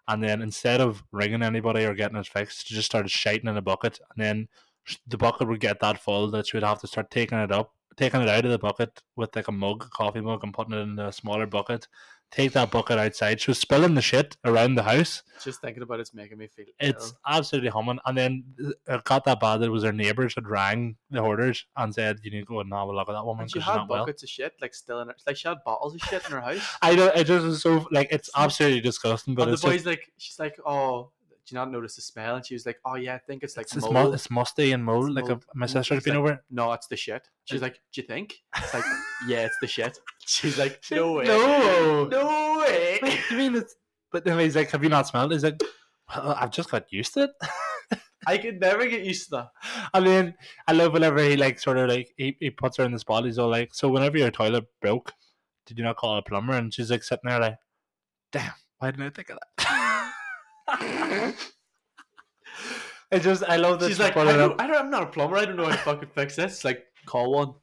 S1: And then instead of ringing anybody or getting it fixed, she just started shiting in a bucket. And then sh- the bucket would get that full that she would have to start taking it up, taking it out of the bucket with like a mug, a coffee mug, and putting it in a smaller bucket. Take that bucket outside. She was spilling the shit around the house.
S2: Just thinking about it's making me feel.
S1: It's
S2: ill.
S1: absolutely humming. And then it got that bad that it was their neighbours had rang the hoarders and said, "You need to go and have a look at that woman
S2: And she
S1: because she's
S2: had
S1: not well."
S2: buckets of shit, like still in her. Like she had bottles of shit in her house.
S1: I know it just is so like it's absolutely disgusting, but
S2: and the
S1: it's just,
S2: boy's like, she's like, oh, do you not notice the smell? And she was like, oh yeah, I think it's like
S1: it's, it's,
S2: mold.
S1: mu- it's musty and mold.
S2: It's
S1: Like
S2: mold.
S1: uh, my
S2: It's
S1: sister's been
S2: like-
S1: over.
S2: no, it's the shit. She's like, do you think? It's like, yeah, it's the shit. She's like, no way,
S1: No,
S2: no way.
S1: What do you mean it's? But then he's like, "Have you not smelled?" it?" He's like, well, "I've just got used to it."
S2: I could never get used to that.
S1: I mean, I love whenever he like sort of like he, he puts her in the spot. He's all like, "So whenever your toilet broke, did you not call a plumber?" And she's like sitting there like, "Damn, why didn't I think of that?" it just I love this.
S2: She's like, I don't, I don't, I'm not a plumber. I don't know how to fucking fix this. It's like, call one.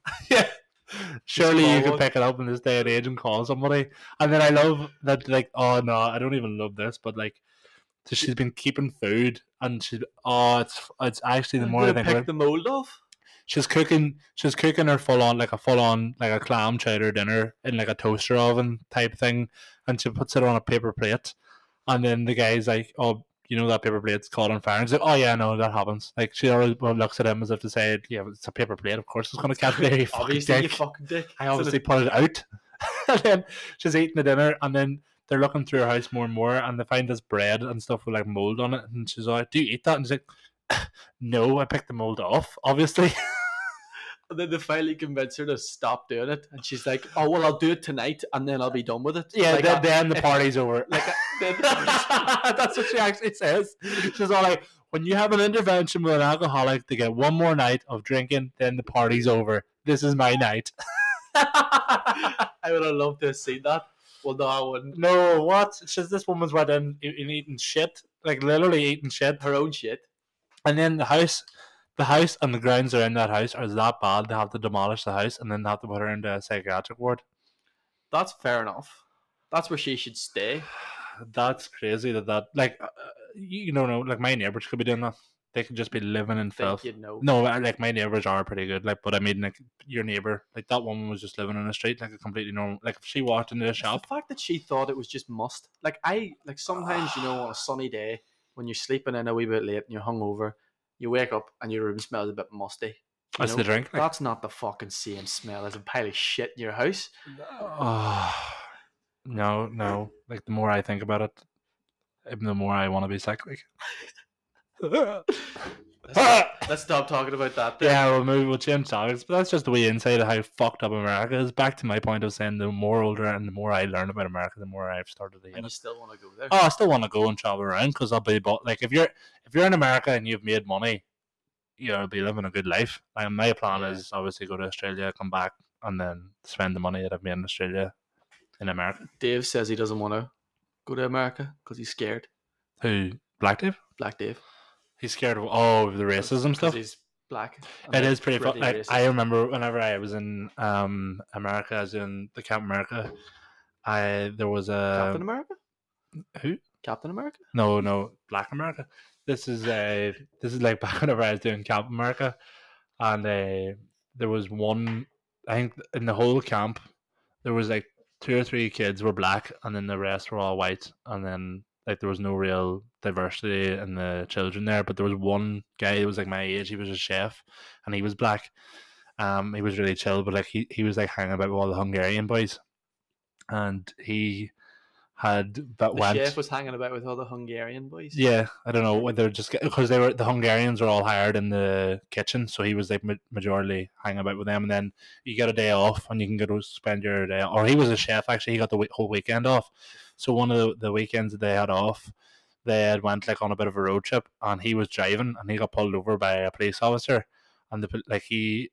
S1: Surely you
S2: call
S1: can
S2: one.
S1: pick it up in this day and age and call somebody. And then I love that, like, oh no, I don't even love this, but like, so she's been keeping food, and she, oh, it's it's actually the
S2: I'm
S1: more I
S2: gonna
S1: think about
S2: pick
S1: it,
S2: the mold off.
S1: she's cooking she's cooking her full on like a full on like a clam chowder dinner in like a toaster oven type thing and she puts it on a paper plate and then the guy's like oh you know that paper plate's caught on fire and he's like oh yeah no that happens like she always well, looks at him as if to say yeah but it's a paper plate of course it's going to catch fire you fucking
S2: Obviously, you
S1: dick."
S2: fucking dick.
S1: I obviously put it out. and then she's eating the dinner, and then they're looking through her house more and more, and they find this bread and stuff with like mold on it. And she's like, "Do you eat that?" And she's like, "No, I picked the mold off, obviously."
S2: And then they finally convince her to stop doing it, and she's like, "Oh well, I'll do it tonight, and then I'll be done with it."
S1: Yeah,
S2: like,
S1: then,
S2: I-
S1: then the party's over.
S2: like I- then-
S1: uh, That's what she actually says. She's all like, when you have an intervention with an alcoholic to get one more night of drinking, then the party's over. This is my night.
S2: I would have loved to have seen that. Well, no, I wouldn't.
S1: No, what? She's this woman's went in, in eating shit, like literally eating shit.
S2: Her own shit.
S1: And then the house, the house and the grounds around that house are that bad. They have to demolish the house and then they have to put her into a psychiatric ward.
S2: That's fair enough. That's where she should stay.
S1: That's crazy that that like uh, you don't know like my neighbors could be doing that. They could just be living in
S2: Think
S1: filth.
S2: you know.
S1: No, I- like my neighbors are pretty good. Like, but I mean, like your neighbor, like that woman was just living in the street, like a completely normal. Like if she walked into the
S2: It's
S1: shop,
S2: The fact that she thought it was just must. Like I like sometimes you know on a sunny day when you're sleeping in a wee bit late and you're hungover, you wake up and your room smells a bit musty. you
S1: that's
S2: know?
S1: the drink. Like,
S2: That's not the fucking same smell as a pile of shit in your house.
S1: oh, no, no. Like the more I think about it, um, the more I want to be sick. Like,
S2: Let's
S1: Ah!
S2: stop, let's stop talking about that. Then.
S1: yeah, we'll move. We'll change topics, but that's just the way inside of how fucked up America is. Back to my point of saying, the more older and the more I learn about America, the more I've started to hate
S2: And you
S1: it.
S2: still want to go there?
S1: Oh, I still want to go and travel around because I'll be, but like if you're if you're in America and you've made money, you'll be living a good life. And my plan
S2: Yeah.
S1: is obviously go to Australia, come back, and then spend the money that I've made in Australia in America.
S2: Dave says he doesn't want to go to America because he's scared.
S1: Who Black Dave?
S2: Black Dave.
S1: He's scared of oh the
S2: 'Cause-
S1: racism
S2: 'cause
S1: stuff.
S2: He's black. and
S1: It
S2: they're
S1: is pretty fun.
S2: pretty
S1: Like,
S2: racist.
S1: I remember whenever I was in um America, as in the Camp America, I there was a
S2: Captain America.
S1: um, who?
S2: Captain America.
S1: No, no, Black America. This is uh, this is like back whenever I was doing Camp America, and uh, there was one. I think in the whole camp, there was like two or three kids were black, and then the rest were all white, and then like there was no real diversity in the children there. But there was one guy that was like my age. He was a chef, and he was black. Um, he was really chill, but like he he was like hanging about with all the Hungarian boys, and he had but
S2: The
S1: went.
S2: chef was hanging about with all the Hungarian boys.
S1: Yeah, I don't know whether just because they were the Hungarians were all hired in the kitchen, so he was like ma- majorly hanging about with them. And then you get a day off, and you can go to spend your day. Or he was a chef actually; he got the wee- whole weekend off. So one of the, the weekends that they had off, they had went like on a bit of a road trip, and he was driving, and he got pulled over by a police officer, and the pol- like he.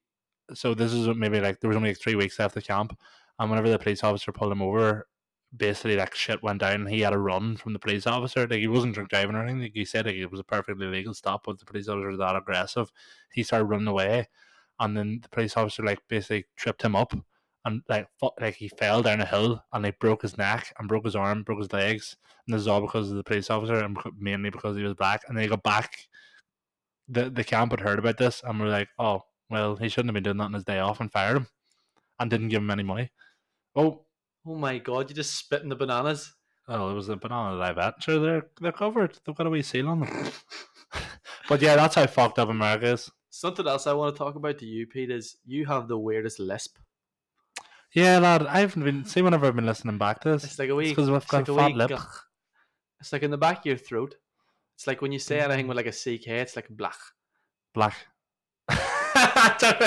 S1: So this is maybe like there was only like three weeks left of camp, and whenever the police officer pulled him over, basically like shit went down and he had a run from the police officer. Like he wasn't drunk driving or anything. Like, he said like, it was a perfectly legal stop, but the police officer was that aggressive. He started running away and then the police officer like basically tripped him up and like fu- like he fell down a hill and like broke his neck and broke his arm, broke his legs. And this is all because of the police officer and becau- mainly because he was black. And they got back the the camp had heard about this and were like, Oh, well he shouldn't have been doing that on his day off and fired him and didn't give him any money. Oh,
S2: Oh my god! You just spit in the bananas.
S1: Oh, it was a banana live at. Sure, they're they're covered. They've got a wee seal on them. but yeah, that's how fucked up America is.
S2: Something else I want to talk about to you, Pete, is you have the weirdest lisp.
S1: Yeah, lad. I've been see whenever I've been listening back to this.
S2: It's like a wee.
S1: because I've
S2: it's like
S1: got a
S2: a
S1: fat
S2: wee
S1: lip.
S2: gu- It's like in the back of your throat. It's like when you
S1: Mm.
S2: say anything with like a CK, it's like blach.
S1: Black.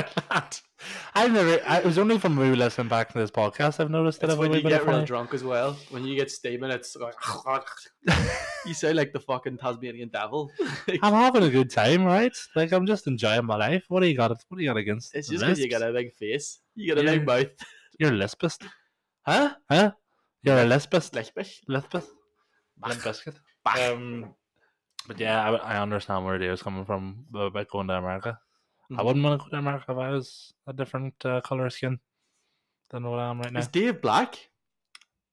S1: I've never. I, it was only from we were listening back to this podcast. I've noticed that
S2: It's
S1: I've a
S2: when
S1: wee
S2: you
S1: bit of
S2: get real
S1: funny.
S2: drunk as well. When you get steaming, it's like you sound like the fucking Tasmanian devil.
S1: I'm having a good time, right? Like I'm just enjoying my life. What do you got? What do you got against?
S2: It's
S1: the
S2: just because you
S1: lisps?
S2: got a big face. You got a
S1: Yeah.
S2: big mouth.
S1: You're a lispist,
S2: Huh?
S1: huh? You're a lispist.
S2: Lispbish.
S1: Lispist. Limp biscuit. Um, but yeah, I, I understand where Dave's coming from about going to America. I
S2: Mhm.
S1: wouldn't want to go to America if I was a different uh, color of skin than what I am right now.
S2: Is Dave black?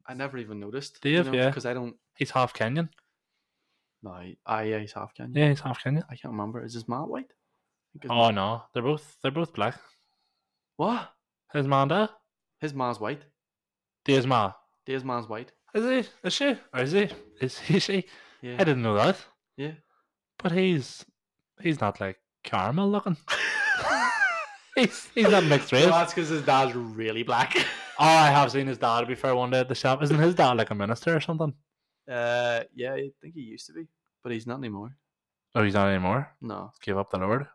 S2: I never even noticed.
S1: Dave, yeah.
S2: Because I don't.
S1: He's half Kenyan.
S2: No, I, I, yeah, he's half Kenyan.
S1: Yeah, he's half Kenyan.
S2: I can't remember. Is his mom white? I think his
S1: Oh no, they're both they're both black.
S2: What?
S1: His man da?
S2: His mom's white.
S1: Dave's ma.
S2: Dave's mom's white.
S1: Is he? Is she? Or is he? Is he? She?
S2: Yeah.
S1: I didn't know that.
S2: Yeah.
S1: But he's he's not like caramel looking. he's he's not mixed race.
S2: No,
S1: Oh,
S2: that's because his dad's really black.
S1: I have seen his dad. To be fair, one day at the shop, isn't his dad like a minister or something?
S2: Uh, yeah, I think he used to be, but he's not anymore.
S1: Oh, he's not anymore.
S2: No.
S1: Give up the Lord.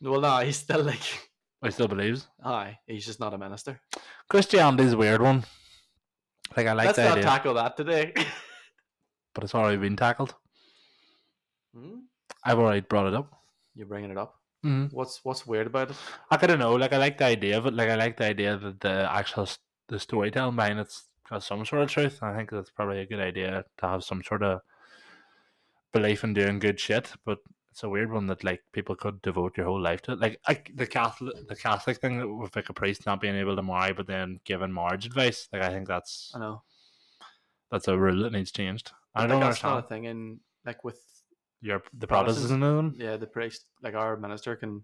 S2: No, well, no, he's still like
S1: I still believes.
S2: Aye, he's just not a minister.
S1: Christianity's a weird one. Like I like
S2: Let's
S1: the
S2: not
S1: idea,
S2: tackle that today.
S1: but it's already been tackled.
S2: Hmm?
S1: I've already brought it up.
S2: You're bringing it up.
S1: Mm-hmm.
S2: What's what's weird about it?
S1: Like, I don't know. Like I like the idea of it. Like I like the idea that the actual s- the storytelling behind it's got some sort of truth. I think that's probably a good idea to have some sort of belief in doing good shit. But it's a weird one that like people could devote your whole life to. it. Like I, the Catholic the Catholic thing that with like a priest not being able to marry, but then giving marriage advice. Like I think that's
S2: I know.
S1: that's a rule that needs changed. I
S2: Like,
S1: don't
S2: that's
S1: understand
S2: not a thing in like with
S1: your the
S2: Protestant-
S1: Protestantism.
S2: yeah the priest like our minister can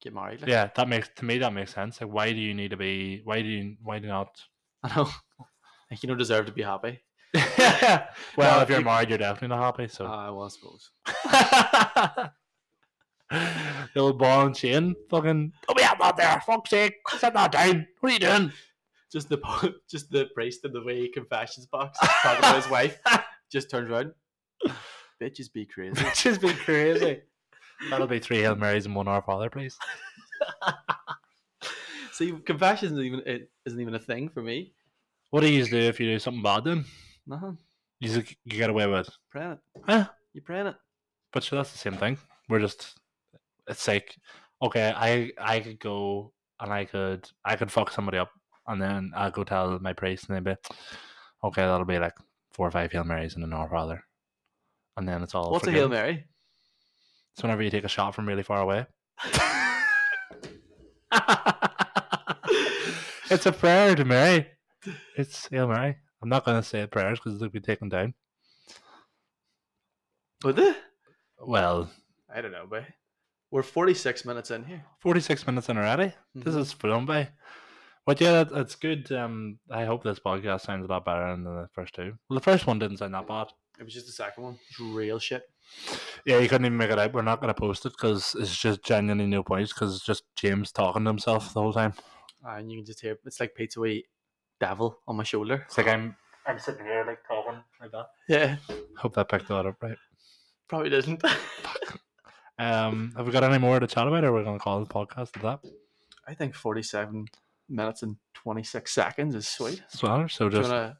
S2: get married. Like,
S1: Yeah, that makes to me that makes sense. Like, why do you need to be? Why do you? Why do you not?
S2: I know. Like you don't deserve to be happy.
S1: well,
S2: No,
S1: if you're
S2: you-
S1: married, you're definitely not happy. So
S2: Ah, well, I suppose. Uh.
S1: the old ball and chain, fucking don't be out out there. Fuck's sake, sit that down. What are you doing?
S2: Just the po- just the priest in the way confessions box talking about his wife just turns around. Bitches be crazy.
S1: Just been crazy. That'll be three Hail Marys and one Our Father, please.
S2: See, confessions isn't even it isn't even a thing for me.
S1: What do you do if you do something bad? Then
S2: No,
S1: you just, you get away with. it.
S2: praying it.
S1: Huh?
S2: You praying it.
S1: But sure, that's the same thing. We're just it's like okay, I I could go and I could I could fuck somebody up and then I go tell my priest and they'd be okay, that'll be like four or five Hail Marys and an Our Father. And then it's all
S2: What's a hail
S1: forgiven.
S2: mary?
S1: It's whenever you take a shot from really far away. it's a prayer to Mary. It's Hail Mary. I'm not gonna say prayers because it'll be taken down.
S2: Would they?
S1: Well,
S2: I don't know, but we're forty six minutes in here.
S1: 46 minutes in already. This
S2: Mhm.
S1: is flown by. But yeah, that, that's good. Um, I hope this podcast sounds a lot better than the first two. Well, the first one didn't sound that bad.
S2: It was just the second one. It's real shit.
S1: Yeah, you couldn't even make it out. We're not going to post it because it's just genuinely no points because it's just James talking to himself the whole time.
S2: Ah, and you can just hear it's like pizza we devil on my shoulder.
S1: It's like I'm I'm sitting here like talking like that.
S2: Yeah,
S1: Hope that picked that up right.
S2: probably didn't.
S1: Um, have we got any more to chat about, or we're going to call the podcast at that?
S2: I think forty seven minutes and twenty six seconds is sweet.
S1: So, so
S2: Do you
S1: just
S2: wanna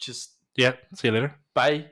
S2: just
S1: yeah. See you later.
S2: bye.